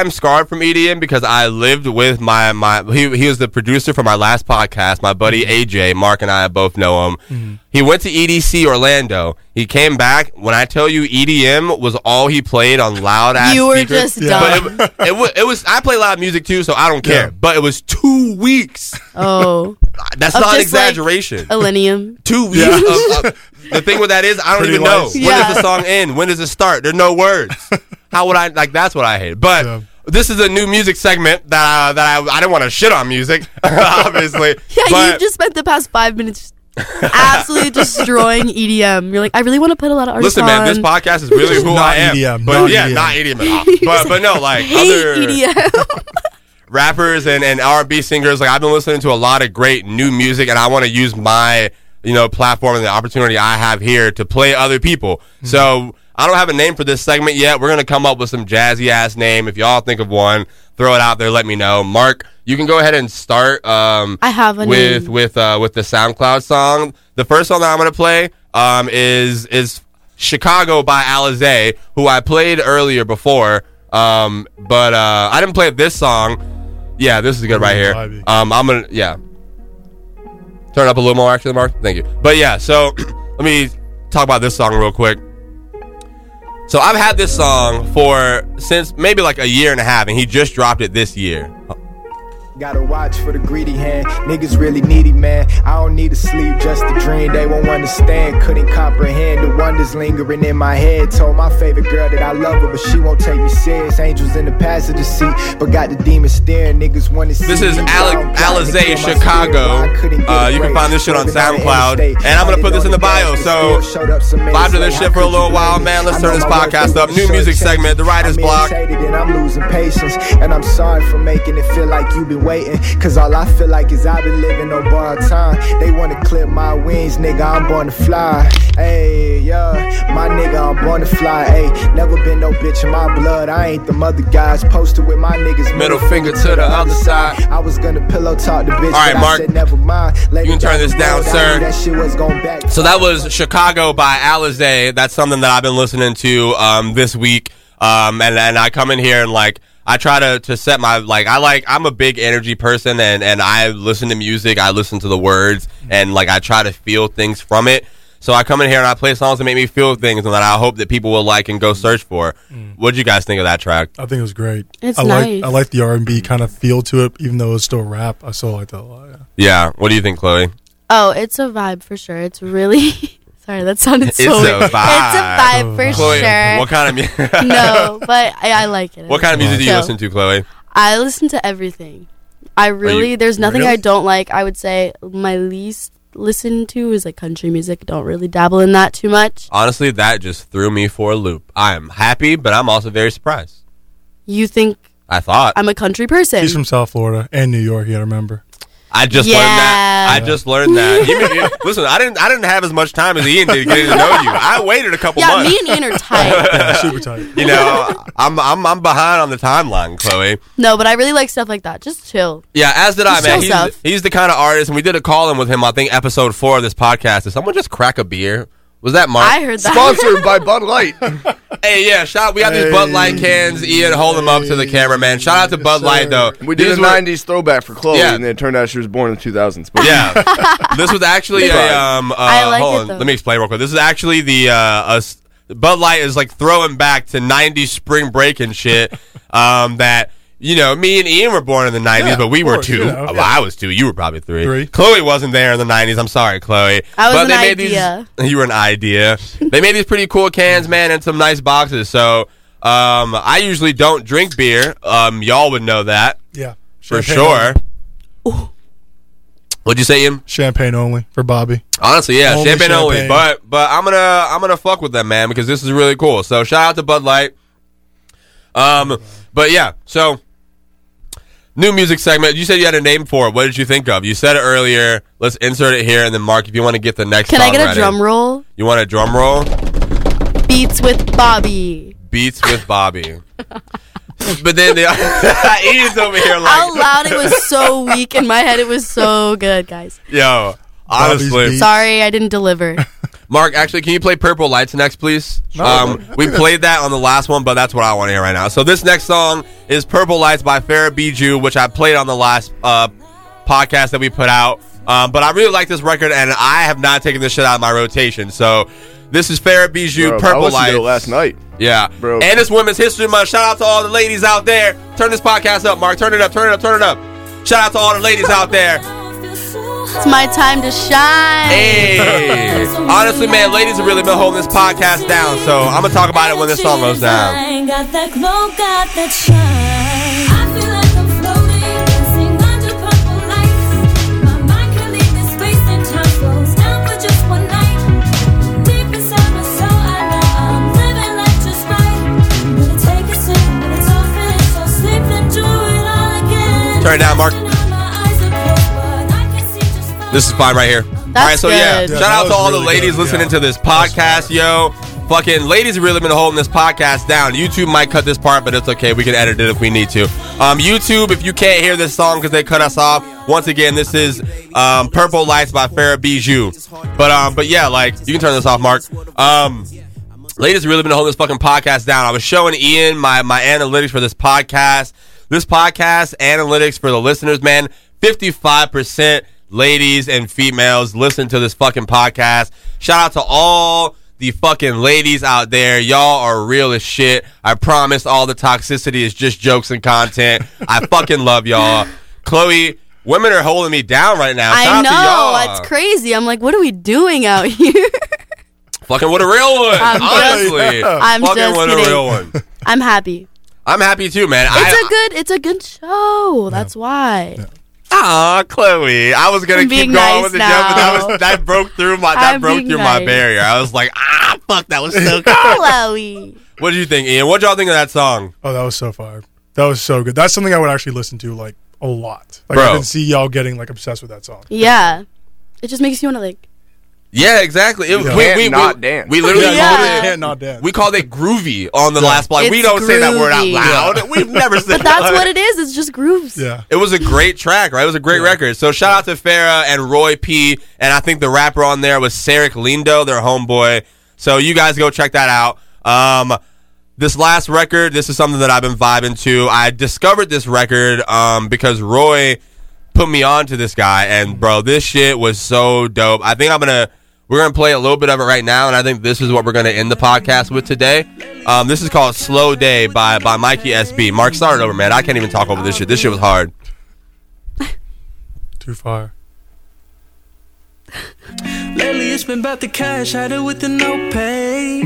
I'm scarred from EDM because I lived with my my he, he was the producer from our last podcast. My buddy Mm-hmm. AJ, Mark and I both know him. He went to EDC Orlando. He came back. When I tell you EDM was all he played on loud ass. You were speakers. just Yeah. dumb. But it, it, wa- it was I play loud music too, so I don't care. Yeah. But it was two weeks. oh, That's Of not an just, like, exaggeration. Illenium. two weeks. of- of- the thing with that is, I don't Pretty even know lights. when Yeah. does the song end. When does it start? There's no words. How would I like? That's what I hate. But Yeah. this is a new music segment that I, that I, I didn't want to shit on music, obviously. Yeah, but you just spent the past five minutes just absolutely destroying EDM. You're like, I really want to put a lot of artists listen, man. This on. podcast is really who Not I am. EDM, but not E yeah, EDM. not EDM at all. But but no, like Hate E other EDM. rappers and, and R&B singers. Like I've been listening to a lot of great new music, and I want to use my you know platform and the opportunity I have here to play other people. So I don't have a name for this segment yet. We're gonna come up with some jazzy ass name. If y'all think of one, throw it out there. Let me know. Mark, you can go ahead and start. Um, I have a with name. with uh, with the SoundCloud song. The first song that I'm gonna play um, is is Chicago by Alizé, who I played earlier before. Um, but uh, I didn't play this song. Yeah, this is good right here. Vibey. Um, I'm gonna yeah turn it up a little more actually, Mark. Thank you. But yeah, so let me talk about this song real quick. So I've had this song for since maybe like a year and a half, and he just dropped it this year. Gotta watch for the greedy hand. Niggas really needy, man. I don't need to sleep, just a dream. They won't understand, couldn't comprehend the wonders lingering in my head. Told my favorite girl that I love her, but she won't take me serious. Angels in the passenger seat, but got the demons staring. Niggas wanna see. This is me Ale- drown, trying to Alizé kill my Chicago. spirit. I couldn't get Uh, you can away. find this shit on Living the SoundCloud. interstate. And I'm gonna put this in the Hundred bio, dollars, so but still showed up some minutes Vibe to late. this shit How for a could you little while, blame me? man. Let's I turn know this my worth podcast ain't up. what New it music should take. segment, The Writer's I'm Block. irritated and I'm losing patience. And I'm sorry for making it feel like you've been waiting. Cause all I feel like is I've been living on borrowed time. They wanna clip my wings, nigga, I'm born to fly. Hey, yeah, my nigga, I'm born to fly. Hey, never been no bitch in my blood. I ain't the mother guys posted with my niggas. Middle finger to the other side. I was gonna pillow talk the bitch. All right, right, but Mark. I said, never mind. Let You it can turn down this the down, road. I sir. knew That shit was going back. So that was Chicago by Alizé. That's something that I've been listening to um, this week. Um, and, and I come in here and like I try to, to set my like I like I'm a big energy person and, and I listen to music, I listen to the words and like I try to feel things from it. So I come in here and I play songs that make me feel things and that I hope that people will like and go search for. What'd you guys think of that track? I think it was great. It's I nice. Like, I like the R and B kind of feel to it, even though it's still rap. I still like that a lot. Yeah. Yeah. What do you think, Chloe? Oh, it's a vibe for sure. It's really sorry. That sounded so. It's a weird. It's a vibe. vibe for Chloe, sure. what kind of mu- no, but I, I like it. what kind of music do you So, listen to, Chloe? I listen to everything. I really you- there's nothing I really? don't like. I would say my least listen to is like country music. Don't really dabble in that too much. Honestly, that just threw me for a loop. I am happy, but I'm also very surprised. You think I thought I'm a country person? He's from South Florida and New York. You gotta remember. I just Yeah. learned that. I just learned that. You may- listen, I didn't. I didn't have as much time as Ian did getting to know you. I waited a couple yeah, months. me and Ian are tight. Yeah, super tight. you know, I'm, I'm I'm behind on the timeline, Chloe. no, but I really like stuff like that. Just chill. Yeah, as did I, Just man. chill, He's, Seth. he's the kind of artist, and we did a call in with him. I think episode four of this podcast. Did someone just crack a beer? Was that Mark? I heard that. Sponsored by Bud Light. Hey, yeah, shout. We got these Bud Light cans. Ian, hold them up to the camera, man. Shout out to Yes, Bud Light, sir. though. We did These a were- '90s throwback for Chloe, Yeah. and then it turned out she was born in the 2000s. But Yeah, this was actually a. Right. Um, uh, I like hold it, on, though. let me explain real quick. This is actually the uh, us Bud Light is like throwing back to '90s spring break and shit. um, that you know, me and Ian were born in the '90s, Yeah, but we of were course, two. you know. Well, I was two. You were probably three. Three. Chloe wasn't there in the '90s. I'm sorry, Chloe. I was but an they made these- idea. you were an idea. they made these pretty cool cans, man, and some nice boxes. So. Um, I usually don't drink beer. Um, y'all would know that Yeah, for Champagne sure. only. What'd you say, Ian? Champagne only for Bobby. Honestly, yeah, Only champagne, only. champagne. But but I'm gonna I'm gonna fuck with them, man, because this is really cool. So shout out to Bud Light. Um, but yeah, so new music segment. You said you had a name for it. What did you think of? You said it earlier. Let's insert it here, and then Mark, if you want to get the next. Can I get a songwriter- drum roll? You want a drum roll? Beats with Bobby. Beats with Bobby. but then they Ian's over here like How loud it was so weak in my head. It was so good, guys. Yo, honestly, Sorry, I didn't deliver. Mark, actually, can you play Purple Lights next, please? um, we played that on the last one, but that's what I want to hear right now. So this next song is Purple Lights by Farrah Biju, which I played on the last uh, podcast that we put out. Um, but I really like this record, and I have not taken this shit out of my rotation. So this is Farrah Biju, Bro, I Purple listened to Lights. it last night. Yeah, bro. And it's Women's History Month. Shout out to all the ladies out there. Turn this podcast up, Mark. Turn it up. Turn it up. Turn it up. Shout out to all the ladies out there. It's my time to shine. Hey. Honestly, man, ladies have really been holding this podcast down, so I'm gonna talk about it when this song goes down. Got that glow, got that shine. I feel like I'm floating, dancing under purple lights. My mind can leave this space and time slows down for just one night. Deep inside my soul, I know I'm living life just right. Gonna take a sip, but it's all feeling so sleep and do it all again. Turn it down, Mark. This is fine right here. all right, so yeah, good. Yeah, shout that out to was all the really ladies good, listening to this podcast, yo. Fucking ladies have really been holding this podcast down. YouTube might cut this part, but it's okay. We can edit it if we need to. Um, YouTube, if you can't hear this song because they cut us off, once again, this is um, "Purple Lights" by Farrah Bijou. But um, but yeah, like you can turn this off, Mark. Um, Ladies really been holding this fucking podcast down. I was showing Ian my, my analytics for this podcast. This podcast analytics for the listeners, man. 55% ladies and females listen to this fucking podcast. Shout out to all the fucking ladies out there. Y'all are real as shit. I promise all the toxicity is just jokes and content. I fucking love y'all. Chloe, women are holding me down right now. Shout I out to know y'all. it's crazy. I'm like, what are we doing out here? Fucking what a real one. I'm just- honestly. I'm fucking just what kidding. a real one. I'm happy. I'm happy too, man. It's I, a good. It's a good show. That's why. Aw, Chloe. I was gonna I'm keep being nice going with the joke, but that was that broke through my that I'm broke being through my nice. barrier. I was like, ah, fuck, that was so cool. Chloe. what did you think, Ian? What y'all think of that song? Oh, that was so fire. That was so good. That's something I would actually listen to like a lot. Like Bro. I can see y'all getting like obsessed with that song. Yeah. It just makes you want to like. Yeah, exactly. It, Yeah. We, Can't we, not we, dance. We literally Yeah. called it, Can't not dance. We called it groovy on the last block. we It's don't say that word out groovy. loud. We've never said But that's that. what it is. It's just grooves. Yeah. It was a great track, right? It was a great record. So shout out to Farah and Roy P. And I think the rapper on there was Sarek Lindo, their homeboy. So you guys go check that out. Um, this last record, this is something that I've been vibing to. I discovered this record um, because Roy put me on to this guy, and bro, this shit was so dope. I think I'm gonna we're gonna play a little bit of it right now, and I think this is what we're gonna end the podcast with today. Um, this is called "Slow Day" by by Mikey SB. Mark, start it over, man. I can't even talk over this shit. This shit was hard. Too far. Lately it's been about the cash, had it with the no pay.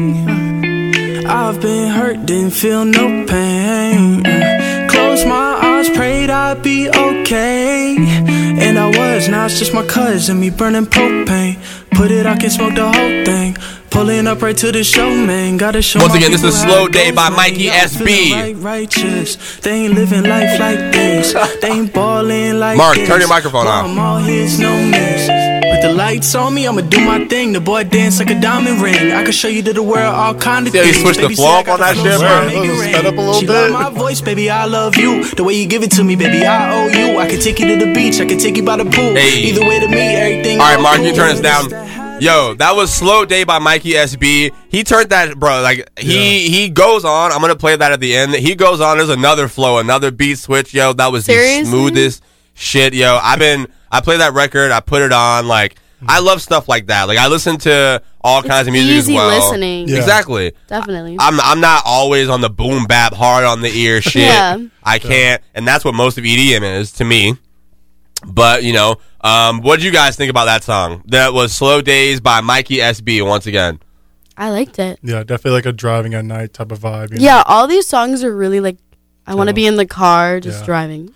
I've been hurt, didn't feel no pain. Close my eyes, prayed I'd be okay. And I was, now it's just my cousin, me burning propane. Put it, I can smoke the whole thing. Pulling up right to the show, man. Gotta show Once my again, this people is how "Slow it Day" goes, by man. Mikey Yeah, I'm feeling SB. right, righteous. They ain't living life like this. They ain't balling like Mark, this. turn your microphone Why off. I'm all hits, no misses. With the lights on me, I'ma do my thing. The boy dance like a diamond ring. I can show you to the world all kind of See how things. he switched the Baby, say I flop got on that the shit, flow, so bro? I make it rain. Sped up a little She bit. love my voice, baby, I love you. The way you give it to me, baby, I owe you. I can take you to the beach, I can take you by the pool. Hey. Either way to me, everything. All right, Mark, you turn this down. Yo, that was slow day by Mikey SB. He turned that, bro. Like he he goes on. I'm gonna play that at the end. He goes on. There's another flow, another beat switch. Yo, that was the Seriously? smoothest shit. Yo, I've been I played that record. I put it on. Like I love stuff like that. Like I listen to all kinds of music easy as well. listening. Yeah. Exactly. Definitely. I'm I'm not always on the boom bap hard on the ear shit. Yeah. I can't, and that's what most of EDM is to me. But you know, um, what did you guys think about that song? That was "Slow Days" by Mikey SB once again. I liked it. Yeah, definitely like a driving at night type of vibe. you know? Yeah. All these songs are really like. I want to be in the car just driving.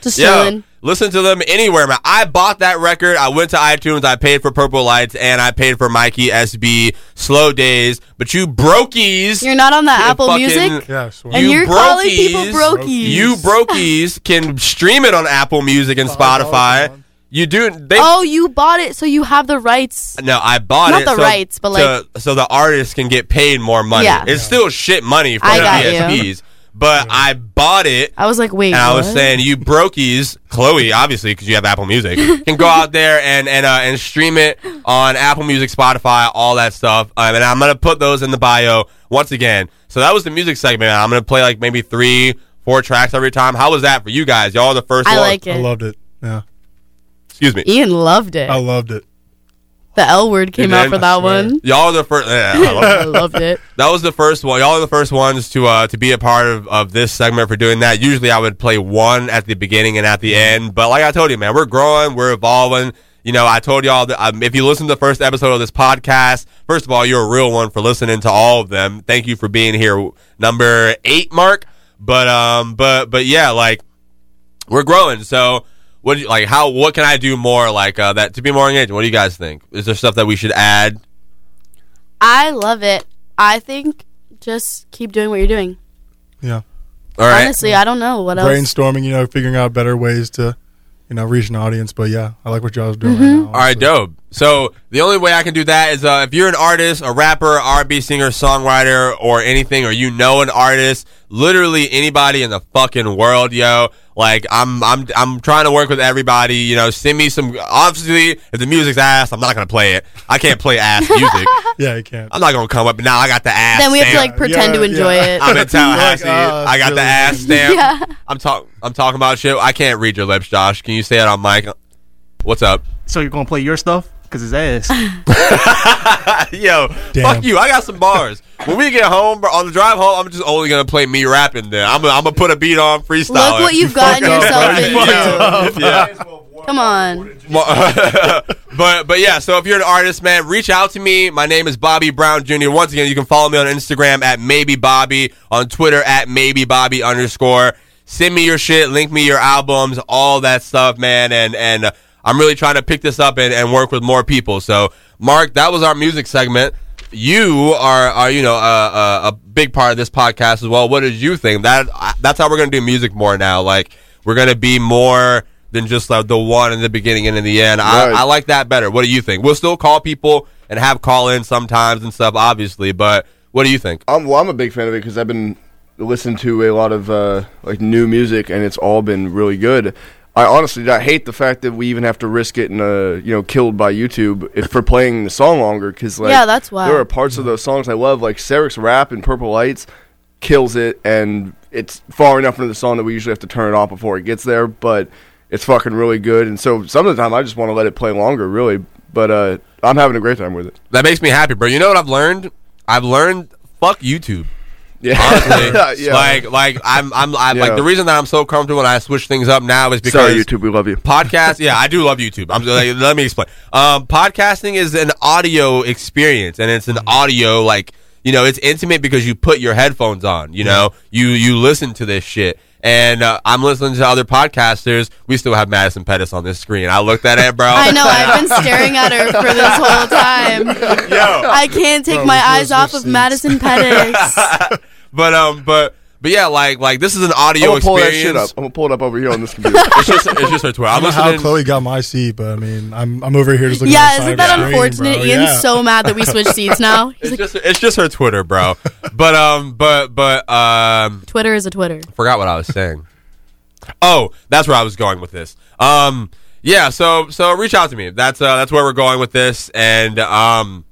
just Yo, chilling. Listen to them anywhere, man. I bought that record. I went to iTunes. I paid for Purple Lights and I paid for Mikey SB Slow Days. But you brokies, You're not on the Apple fucking- Music, and you you're calling people brokies- brokies. You brokies can stream it on Apple Music and Spotify. You do. They, oh, you bought it, so you have the rights. No, I bought Not it. the so, rights, but, so- so the artists can get paid more money. Yeah. It's still shit money for I the got you. PSPs. But I bought it. I was like, wait, and I was what? saying, you brokies, Chloe, obviously, because you have Apple Music, can go out there and and uh, and stream it on Apple Music, Spotify, all that stuff. Um, and I'm gonna put those in the bio once again. So that was the music segment. I'm gonna play like maybe three, four tracks every time. How was that for you guys? Y'all are the first. I ones. like it. I loved it. Yeah. Excuse me. Ian loved it. I loved it. The L word came You out did? for that one. Y'all are the first. Yeah, I love I loved it. That was the first one. Y'all are the first ones to uh, to be a part of, of this segment for doing that. Usually, I would play one at the beginning and at the end. But like I told you, man, we're growing, we're evolving. You know, I told y'all that um, if you listen to the first episode of this podcast, first of all, you're a real one for listening to all of them. Thank you for being here, number eight, Mark. But um, but but yeah, like we're growing. So what do you, like how what can I do more like uh, that to be more engaging? What do you guys think? Is there stuff that we should add? I love it. I think just keep doing what you're doing. All right. Honestly, I don't know what else. Brainstorming, you know, figuring out better ways to, you know, reach an audience. But yeah, I like what y'all doing. Mm-hmm. All right, dope. So the only way I can do that is uh, if you're an artist, a rapper, R&B singer, songwriter, or anything, or you know an artist, literally anybody in the fucking world, yo. Like I'm, I'm, I'm trying to work with everybody. You know, send me some. Obviously, if the music's ass, I'm not gonna play it. I can't play ass music. Yeah, you can't. I'm not gonna come up. Now I got the ass. Then we have to, stamp. like, pretend Yeah, to enjoy yeah. it. I'm in Tallahassee. Like, uh, I got the really- ass stamp. Yeah. I'm talking. I'm talking about shit. I can't read your lips, Josh. Can you say it on mic? What's up? So you're gonna play your stuff? Cause his ass. Yo, fuck you. I got some bars. When we get home, bro, on the drive home, I'm just only gonna play me rapping. Then I'm gonna, I'm gonna put a beat on freestyle. Look what you've gotten yourself You fucked into. up. Come on. Well, but but yeah, so if you're an artist, man, reach out to me. My name is Bobby Brown Jr. Once again, you can follow me on Instagram at maybe Bobby, on Twitter at maybe Bobby underscore. Send me your shit, link me your albums, all that stuff, man. And and uh, I'm really trying to pick this up and, and work with more people. So Mark, that was our music segment. You are are you know a, a, a big part of this podcast as well. What did you think? That that's how we're gonna do music more now. Like we're gonna be more than just like the one in the beginning and in the end. Right. I, I like that better. What do you think? We'll still call people and have call in sometimes and stuff, obviously. But what do you think? I'm well. I'm a big fan of it because I've been listening to a lot of uh, like new music, and it's all been really good. I honestly, I hate the fact that we even have to risk getting uh, you know killed by YouTube if, for playing the song longer. Because like, Yeah, that's wild. There are parts of those songs I love, like Sarek's rap and Purple Lights, kills it, and it's far enough into the song that we usually have to turn it off before it gets there. But it's fucking really good, and so some of the time I just want to let it play longer, really. But uh, I'm having a great time with it. That makes me happy, bro. You know what I've learned? I've learned fuck YouTube. Yeah. Honestly, Yeah. like like I'm I'm, I'm Yeah. like the reason that I'm so comfortable and I switch things up now is because Sorry, YouTube, we love you. podcast. Yeah, I do love YouTube. I'm like, let me explain. Um, podcasting is an audio experience, and it's an Mm-hmm. audio like you know, it's intimate because you put your headphones on. You know, you you listen to this shit. And uh, I'm listening to other podcasters. We still have Madison Pettis on this screen. I looked at it, bro. I know. I've been staring at her for this whole time. I can't take Bro, my we eyes should off switch of Madison Pettis. but um, but but yeah, like like this is an audio I'm gonna pull that shit up. experience. I'm gonna pull it up over here on this computer. It's just it's just her Twitter. I I'm don't know how listening. Chloe got my seat, but I mean, I'm I'm over here just looking. yeah, at the side isn't of that the screen, unfortunate? bro. Ian's Yeah. so mad that we switched seats now. He's like, It's just it's just her Twitter, bro. but um, but but um, Twitter is a Twitter. forgot what I was saying. oh, that's where I was going with this. Um, yeah, so so reach out to me. That's uh, that's where we're going with this, and um,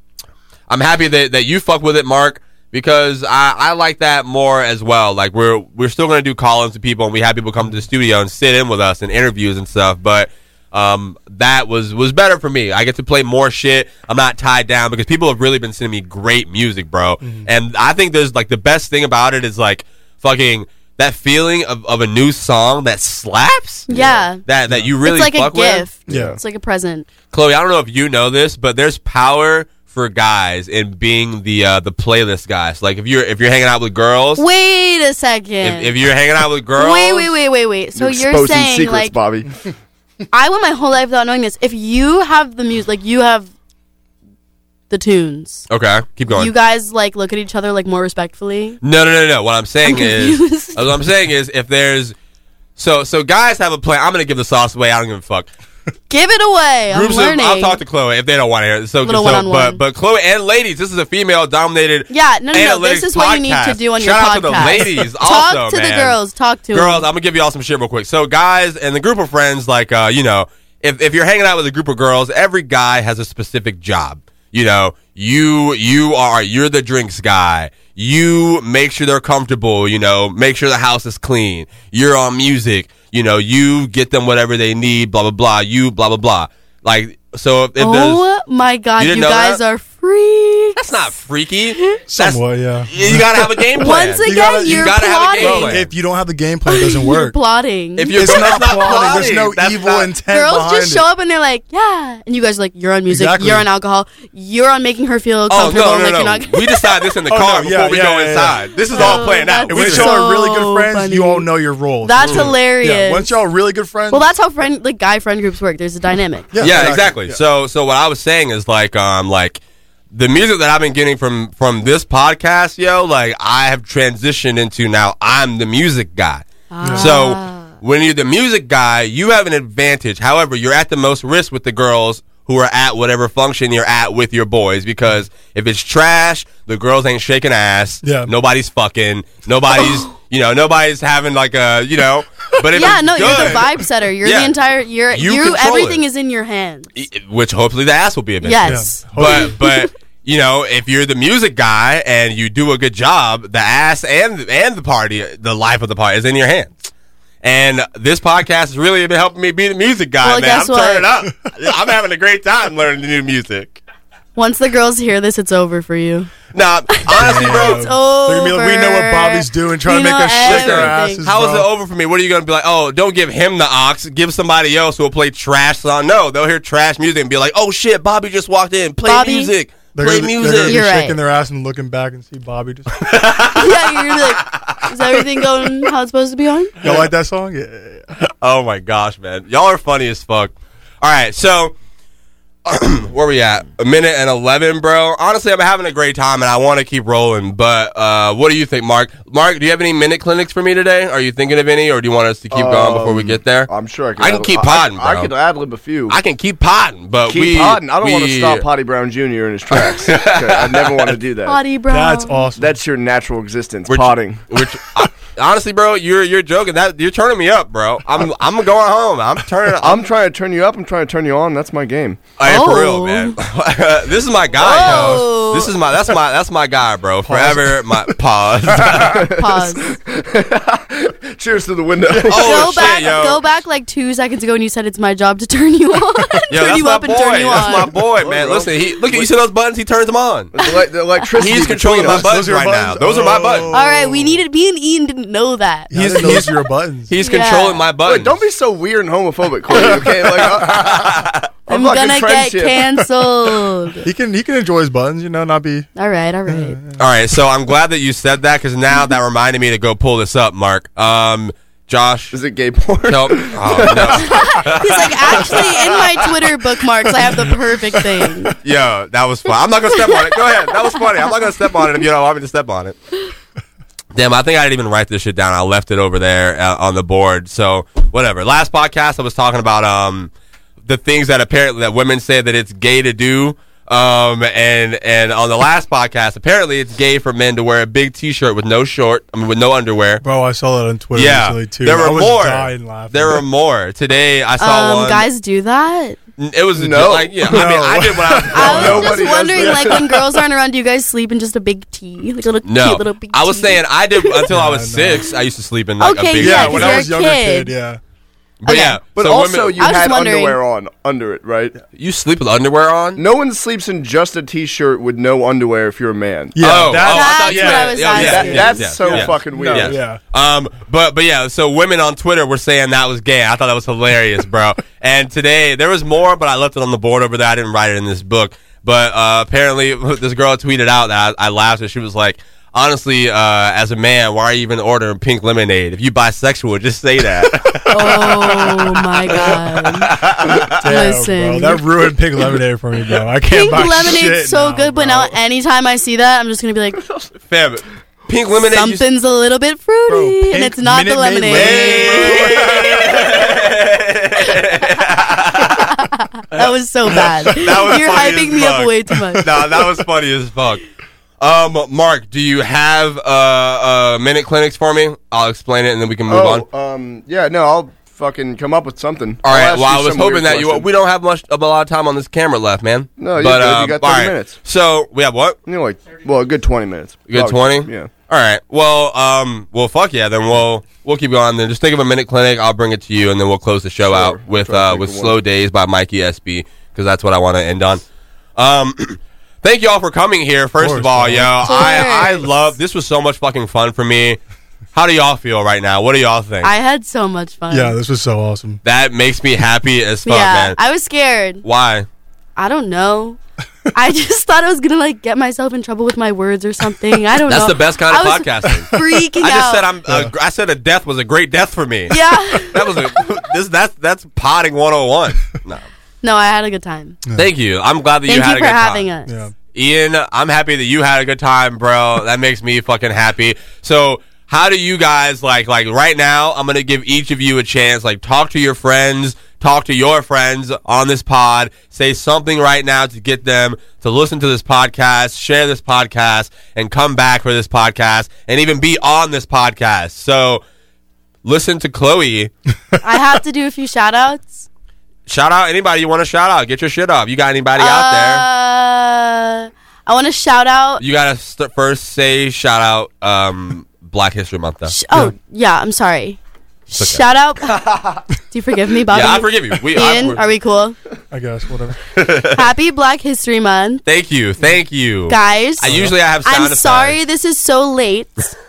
I'm happy that, that you fuck with it, Mark, because I, I like that more as well. Like we're we're still gonna do call-ins to people, and we have people come to the studio and sit in with us and interviews and stuff, but. Um, that was was better for me. I get to play more shit. I'm not tied down because people have really been sending me great music, bro. And I think there's like the best thing about it is like fucking that feeling of, of a new song that slaps. Yeah. That that you really it's like a fuck with. gift. It's like a present. Chloe, I don't know if you know this, but there's power for guys in being the uh, the playlist guys. Like if you're if you're hanging out with girls, Wait a second. if, if you're hanging out with girls, Wait, wait, wait, wait, wait. So you're, saying like Bobby. I went my whole life without knowing this. If you have the music, like you have the tunes, Okay, keep going. you guys like look at each other like more respectfully. No, no, no, no. What I'm saying is, what I'm saying is, if there's, so, so guys have a plan. I'm gonna give the sauce away. I don't give a fuck. Give it away. I'm Groups of- learning. I'll talk to Chloe if they don't want to hear it. So, Little so- one-on-one. but but Chloe and ladies, this is a female dominated. yeah, no, no, no. analytics This is what you need to podcast. do on Shout out your podcast. to the ladies. talk to also, the man. girls. Talk to 'em. Girls, I'm gonna give you all some shit real quick. So, guys and the group of friends, like uh, you know, if if you're hanging out with a group of girls, every guy has a specific job. You know, you you are you're the drinks guy. You make sure they're comfortable. You know, make sure the house is clean. You're on music. You know, you get them whatever they need. Blah blah blah. You blah blah blah. Like so, if, if there's Oh my god, You you, didn't know guys that? are free. that's not freaky. Somewhat, yeah. You gotta have a game plan. Once again, you're plotting. If you don't have the game plan, it doesn't work. Plotting. If you're it's not that's plotting. There's no That's evil not- intent Girls behind just show up and they're like, yeah, and you guys are like, you're on music, Exactly. you're on alcohol, you're on making her feel Oh comfortable. no like no you're no! not we decide this in the Oh, car no, before yeah, we yeah, go yeah, yeah. inside. This is all planned out. If we just- y'all are really good friends, you all know your roles. That's hilarious. Yeah, once y'all are really good friends, Well, that's how friend like guy friend groups work. There's a dynamic. Yeah, exactly. So so what I was saying is like um like the music that I've been getting from from this podcast, yo, like I have transitioned into now I'm the music guy. Ah. So when you're the music guy, you have an advantage. However, you're at the most risk with the girls who are at whatever function you're at with your boys because if it's trash, the girls ain't shaking ass. Yeah. Nobody's fucking. Nobody's you know, nobody's having like a you know but if yeah, it's no, you're good- the vibe setter. You're Yeah. the entire. You're You you. control E- everything is in your hands. which hopefully the ass will be eventually. Yes. Yeah, But but you know, if you're the music guy and you do a good job, the ass and and the party, the life of the party is in your hands. And this podcast has really been helping me be the music guy, Well, man. guess I'm turning what? up. I'm having a great time learning the new music. Once the girls hear this, it's over for you. Nah, honestly, bro, It's over. They're gonna be like, we know what Bobby's doing, trying to You make know us shake our everything. asses. How is bro. it over for me? What are you going to be like? Oh, don't give him the ox. Give somebody else who will play trash song. No, they'll hear trash music and be like, oh shit, Bobby just walked in. Play Bobby? music. They're play gonna, be- music. They're gonna be shaking their ass and looking back and see Bobby just. yeah, you're gonna be like, is everything going how it's supposed to be on? Y'all like that song? Yeah. Um, oh my gosh, man. Y'all are funny as fuck. All right, so where we at? A minute and 11, bro. Honestly, I'm having a great time and I want to keep rolling, but uh, what do you think, Mark? Mark, do you have any minute clinics for me today? Are you thinking of any or do you want us to keep going before we Um, get there? I'm sure I can. I can ad- keep I- potting, I, bro. can ad lib a few. I can keep potting, but keep we potting. I don't want to we- stop Potty Brown Jr. in his tracks. 'Kay, I never want to do that. Potty Brown. That's awesome. That's your natural existence, potting. Which honestly, bro, you're you're joking. That you're turning me up, bro. I'm I'm going home. I'm turning. I'm trying to turn you up. I'm trying to turn you on. That's my game. Hey, for Oh. real, man. this is my guy, yo. This is my that's my that's my guy, bro. Forever my pause. Pause. Cheers to the window. oh go shit, back. yo. Go back like two seconds ago, and you said it's my job to turn you on, Yo, turn that's you my up, boy. and turn you that's on. my boy, man. Listen, he look at you see those buttons. He turns them on. The, elec- the electricity. He's between controlling my us. buttons right now. Those are my buttons. All right, we needed. Me and Ian didn't know that. He's, those are your buttons. He's Yeah. controlling my buttons. Wait, don't be so weird and homophobic, Corey. Okay, like I, I'm fucking gonna get friendship. canceled. He can he can enjoy his buttons, you know, not be. All right, all right. All right, so I'm glad that you said that because now that reminded me to go pull this up, Mark. Um, Josh, is it gay porn? Nope. Oh, no. He's like, actually, in my Twitter bookmarks, I have the perfect thing. Yo, that was fun. I'm not gonna step on it. Go ahead. That was funny. I'm not gonna step on it if you don't want me to step on it. Damn, I think I didn't even write this shit down. I left it over there uh, on the board. So whatever. Last podcast, I was talking about um the things that apparently that women say that it's gay to do. Um and and on the last podcast, apparently it's gay for men to wear a big T-shirt with no short, I mean with no underwear. Bro, I saw that on Twitter yeah, recently too. there I were was more. dying laughing. There were more today. I saw um, one. guys do that. it was No. like yeah. I mean, I did when I was I was just wondering, like, when girls aren't around, do you guys sleep in just a big tee, like a little No, cute little big? I was saying I did until I was six. I used to sleep in like Okay, a Oh, big yeah, bed. 'cause When I you're was a younger kid. kid, yeah. But yeah, But so also, women- you had underwear on under it, right? You sleep with underwear on? No one sleeps in just a t-shirt with no underwear if you're a man. Yeah, Oh, that- oh, I thought you yeah, meant- That's what I was yeah, asking. that- that's Yeah, so yeah. fucking weird. Yes. Um, but but yeah, so women on Twitter were saying that was gay. I thought that was hilarious, bro. and today there was more, but I left it on the board over there. I didn't write it in this book. But uh, apparently, this girl tweeted out that I, I laughed and she was like, honestly, uh, as a man, why are you even ordering pink lemonade? If you bisexual, just say that. Oh my god! Damn, Listen, bro, that ruined pink lemonade for me, bro. I pink can't buy lemonade's shit so now. good, but now anytime I see that, I'm just gonna be like, Fam, pink lemonade. you- something's a little bit fruity, and it's not the lemonade. that was so bad. that was You're funny hyping as me fuck. up way too much. nah, that was funny as fuck. Um, Mark, do you have uh, uh minute clinics for me? I'll explain it and then we can move on. oh, um, yeah, no, I'll fucking come up with something. All I'll right. ask Well, I you was some hoping weird that you. question. We don't have much a lot of time on this camera left, man. um, No, you're good. You got 30 all right. minutes. So we have what? You know, like, well, a good twenty minutes. You Good Probably. twenty. Yeah. All right. Well, um, well, fuck yeah. Then we'll we'll keep going. Then just think of a minute clinic. I'll bring it to you, and then we'll close the show out with Try to uh, think with of "Slow one. Days" by Mikey SB because that's what I want to end on. Um, thank you all for coming here. First of, all, yo, I I love this was so much fucking fun for me. How do y'all feel right now? What do y'all think? I had so much fun. Yeah, this was so awesome. that makes me happy as fuck, yeah. man. I was scared. Why? I don't know. I just thought I was gonna like get myself in trouble with my words or something. I don't That's know. the best kind I of was podcasting. Freaking I just out. said I'm. Uh, I said a death was a great death for me. Yeah. that was a. This that's that's potting 101. No, no, I had a good time. thank you. I'm glad that you Thank had you a for good having time. us. Ian, I'm happy that you had a good time, bro. That makes me fucking happy. So, how do you guys like like right now? I'm gonna give each of you a chance. Like, talk to your friends, talk to your friends on this pod. Say something right now to get them to listen to this podcast, share this podcast, and come back for this podcast, and even be on this podcast. So, listen to Chloe. I have to do a few shout outs. Shout out anybody you want to shout out. Get your shit off. You got anybody out there? Uh, I want to shout out. You gotta st- first say shout out um, Black History Month though. Oh yeah, I'm sorry. okay. Shout out. do you forgive me, Bobby? Yeah, I forgive you. We- I- Ian, we're- are we cool? I guess whatever. Happy Black History Month, thank you, thank you, guys. I usually I have sound I'm effects. sorry this is so late.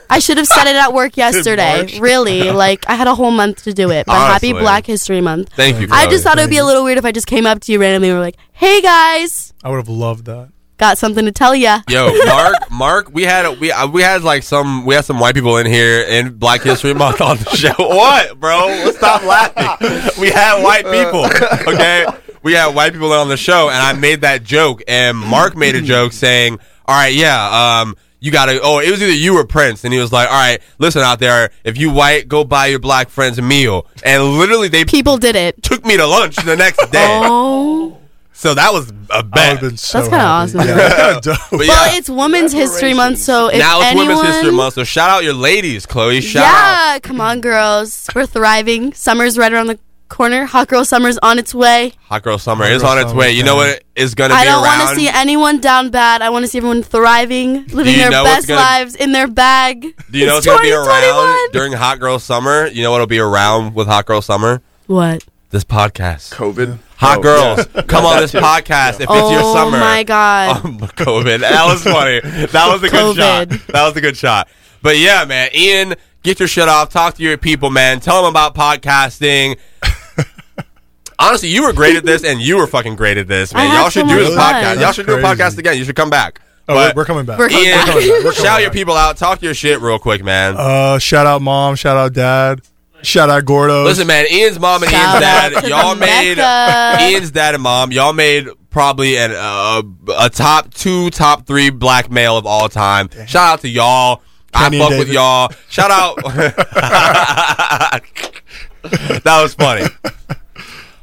I should have said it at work yesterday. March. really, like I had a whole month to do it. But happy Honestly. Black History Month. Thank you. I Chloe. just thought it would be a little weird if I just came up to you randomly and were like, "Hey guys, I would have loved that. got something to tell ya." Yo, Mark, Mark, we had a, we uh, we had like some we had some white people in here in Black History Month on the show. What, bro? Stop laughing. We had white people. Okay, we had white people on the show, and I made that joke, and Mark made a joke saying, "All right, yeah, um." You gotta. Oh, it was either you or Prince, and he was like, "All right, listen out there. If you white, go buy your black friends a meal." And literally, they people did it. Took me to lunch the next day. Oh, So that was a bet. Oh, that's kind of awesome. But yeah. Well, it's Women's History Month, so if now it's anyone, Women's History Month, so shout out your ladies, Chloe. Shout out. yeah, come on, girls, we're thriving. Summer's right around the corner. Hot girl summer's on its way. Hot Girl Summer Hot is Girl on its Summer, way. You know what is going to be I don't around? want to see anyone down bad. I want to see everyone thriving, living you their know what's best gonna- lives in their bag. Do you know what's It's going to be 2021. around during Hot Girl Summer? You know what'll be around with Hot Girl Summer? What? This podcast. COVID. Hot Oh, girls, yeah. come on That this too. podcast if it's your Oh summer. my God. Um, COVID. That was funny. That was a good shot. COVID. That was a good shot. But yeah, man, Ian, get your shit off. Talk to your people, man. Tell them about podcasting. Honestly, you were great at this, and you were fucking great at this, I man. had Y'all should so do this much fun. podcast. Y'all That's should do a podcast again. You should come back. Oh, we're, we're coming back. We're coming Ian, back. shout your people out. Talk your shit real quick, man. Uh, shout out mom, shout out dad, shout out Gordo. Listen, man, Ian's mom and Shout out Ian's dad, to y'all the made Mecca. Ian's dad and mom, y'all made probably an uh, a top two, top three black male of all time. Shout out to y'all. Kenny I fuck and with David. y'all. Shout out. that was funny.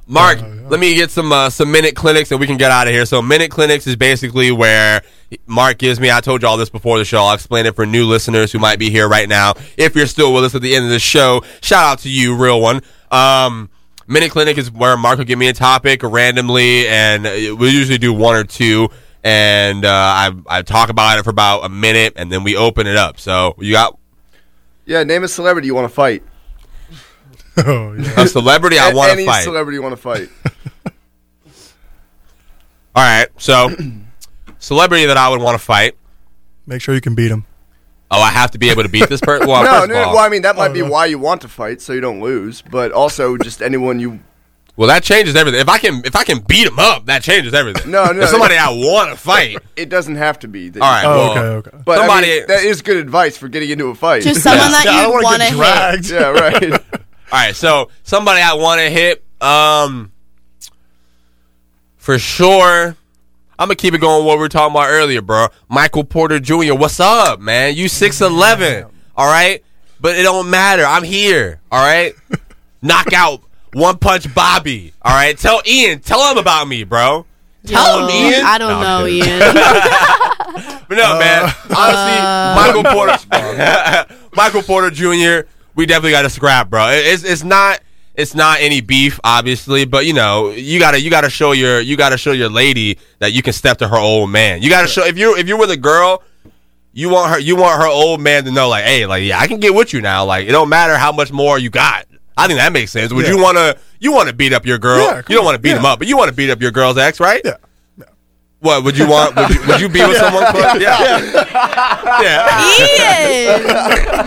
Mark, let me get some uh, some minute clinics and we can get out of here. So minute clinics is basically where Mark gives me. I told you all this before the show. I'll explain it for new listeners who might be here right now. If you're still with us at the end of the show, shout out to you, real one. Um, minute clinic is where Mark will give me a topic randomly, and uh, we usually do one or two. And uh, I I talk about it for about a minute, and then we open it up. So you got Yeah, name a celebrity you want to fight. oh, yeah. a celebrity I A- want any to fight. celebrity you want to fight. All right, so celebrity that I would want to fight. Make sure you can beat him. Oh, I have to be able to beat this person. Well, no, first no, of all, well, I mean that might Oh, be no. why you want to fight so you don't lose, but also just anyone you Well, that changes everything. If I can, if I can beat him up, that changes everything. No, no, If somebody it- I want to fight. It doesn't have to be. That All right, you- Oh, well, okay, okay. But somebody, somebody- that is good advice for getting into a fight. Just someone that I you don't want wanna get to hit. Yeah, right. All right, so somebody I want to hit, um, for sure. I'm gonna keep it going. What we were talking about earlier, bro. Michael Porter Jr. What's up, man? You six eleven, all right? But it don't matter. I'm here, all right? Knock out one punch Bobby, all right? Tell Ian, tell him about me, bro. Tell him, Yo, Ian. I don't No, know, I'm Ian. But no, man. Honestly, Michael Porter, Michael Porter Jr. We definitely got to scrap, bro. It- It's it's not it's not any beef, obviously, but you know you gotta you gotta show your you gotta show your lady that you can step to her old man. You gotta show if you if you're with a girl. You want her. You want her old man to know, like, hey, like, yeah, I can get with you now. Like, it don't matter how much more you got. I think that makes sense. Would you want to? You want to beat up your girl? you don't want to beat him up, but you want to beat up your girl's ex, right? Yeah. What would you want? Would you, would you be with someone? close? yeah.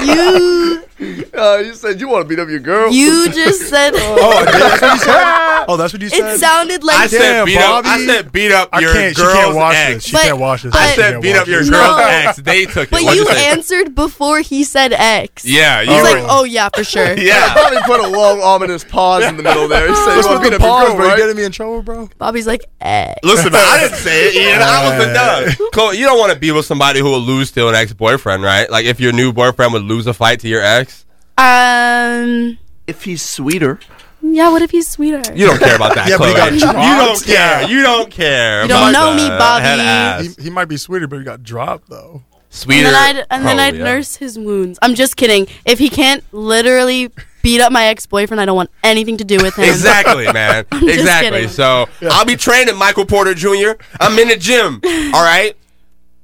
you. Uh, you said you want to beat up your girl. You just said. oh, that's what you said. Oh, that's what you said. It sounded like I said beat up. I said beat up I your can't- she girl's can't watch ex. this. She But- can't watch this. I but- said beat up your No. girl's ex. They took it. But What'd you say? answered before he said X. Yeah, He's you like, were- oh yeah, for sure. I probably put a long ominous pause in the middle there. He said What's you want with to beat the up your pause, girl, bro? You right? getting me in trouble, bro? Bobby's like, eh. Listen, man, I didn't say it. Ian. I was the dub. Chloe, you don't want to be with somebody who will lose to an ex boyfriend, right? Like if your new boyfriend would lose a fight to your ex, Um. If he's sweeter. Yeah. What if he's sweeter? you don't care about that. Yeah, Chloe. but he got you dropped. don't care. You don't care. You don't about know me, that. Bobby. Head ass. He, he might be sweeter, but he got dropped though. And Sweeter. then I'd and then probably, I'd yeah. nurse his wounds. I'm just kidding. If he can't literally beat up my ex boyfriend, I don't want anything to do with him. Exactly, man. I'm just exactly. kidding. So I'll be training Michael Porter Jr. I'm in the gym. All right.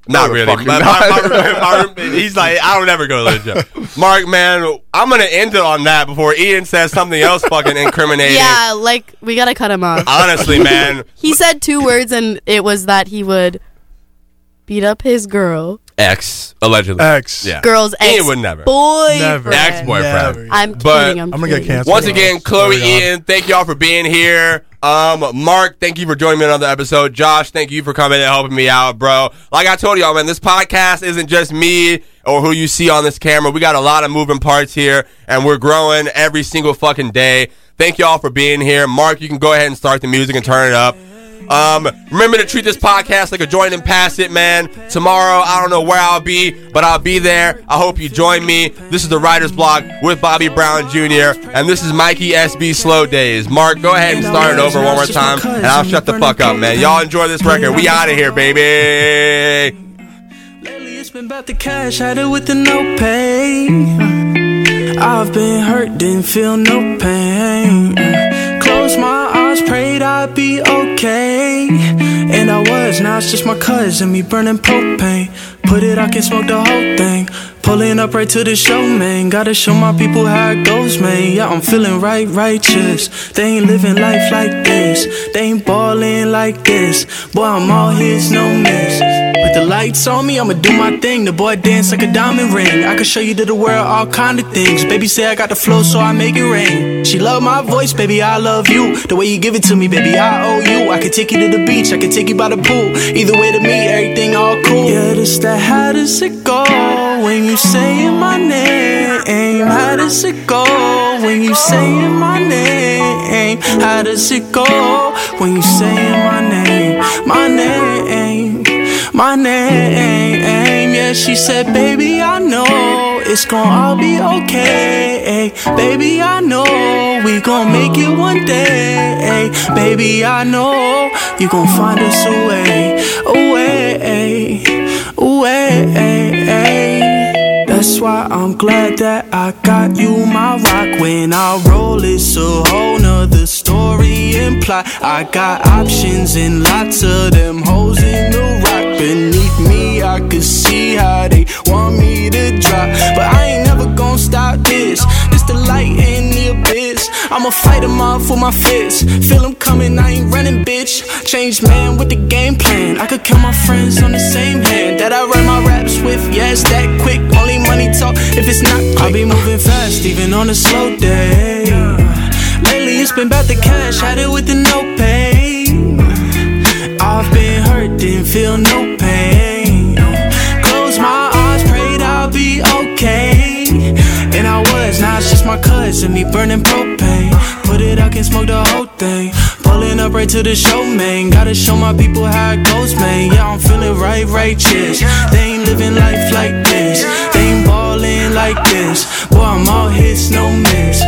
Not really. My, my, my- my room- he's like, I don't ever go to the gym. Mark, man, I'm gonna end it on that before Ian says something else fucking incriminating. Yeah, like we gotta cut him off. Honestly, man. he said two words, and it was that he would beat up his girl, Ex allegedly. Ex. Yeah. girl's ex, Ian would never. boy, Ex boyfriend. I'm But- kidding. I'm, I'm gonna kidding. get canceled. Once again, Chloe, Ian, thank y'all for being here. Um, Mark, thank you for joining me on another episode. Josh, thank you for coming and helping me out, bro. Like I told y'all, man, this podcast isn't just me or who you see on this camera. We got a lot of moving parts here, and we're growing every single fucking day. Thank y'all for being here. Mark, you can go ahead and start the music and turn it up. Um, remember to treat this podcast like a joint and pass it, man. Tomorrow, I don't know where I'll be, but I'll be there. I hope you join me. This is the Writer's Block with Bobby Brown Jr. And this is Mikey SB Slow Days. Mark, go ahead and start it over one more time, and I'll shut the fuck up, man. Y'all enjoy this record. We out of here, baby. It's been about the cash, had it with the no pay. I've been hurt, didn't feel no pain. Close my eyes, prayed I'd be okay. And I was, now it's just my cousin, me burning propane. Put it, I can smoke the whole thing. Pulling up right to the show, man. Gotta show my people how it goes, man. Yeah, I'm feeling right, righteous. They ain't living life like this. They ain't balling like this. Boy, I'm all his, no miss. With the lights on me, I'ma do my thing. The boy dance like a diamond ring. I can show you to the world all kind of things. Baby say I got the flow, so I make it rain. She love my voice, baby, I love you. The way you give it to me, baby, I owe you. I can take you to the beach, I can take you by the pool. Either way to me, everything all cool. Yeah, this that how does it go when you saying my name? How does it go when you saying my name? How does it go when you saying my name? My name my name. Yeah, she said, baby, I know it's gonna all be okay. Baby, I know we gonna make it one day. Baby, I know you gonna find us a way, a way, a way. That's why I'm glad that I got you my rock. When I roll, it's a whole nother story and plot. I got options and lots of them hoes in the rock. Beneath me, I could see how they want me to drop. But I ain't never gonna stop this. It's the light in the abyss. I'ma fight them off with my fists. Feel them coming, I ain't running, bitch. Change man with the game plan. I could kill my friends on the same hand that I write my raps with. Yes, that quick. Only money talk if it's not quick. I be moving fast, even on a slow day. Lately it's been about the cash, had it with the no pain. I've been hurt, didn't feel no pain. Close my eyes, prayed I'll be okay. And I was, now it's just my cousin, me burning propane. Put it out, can smoke the whole thing. Pulling up right to the show, man. Gotta show my people how it goes, man. Yeah, I'm feeling right, righteous. They ain't living life like this. They ain't ballin' like this. Boy, I'm all hits, no miss.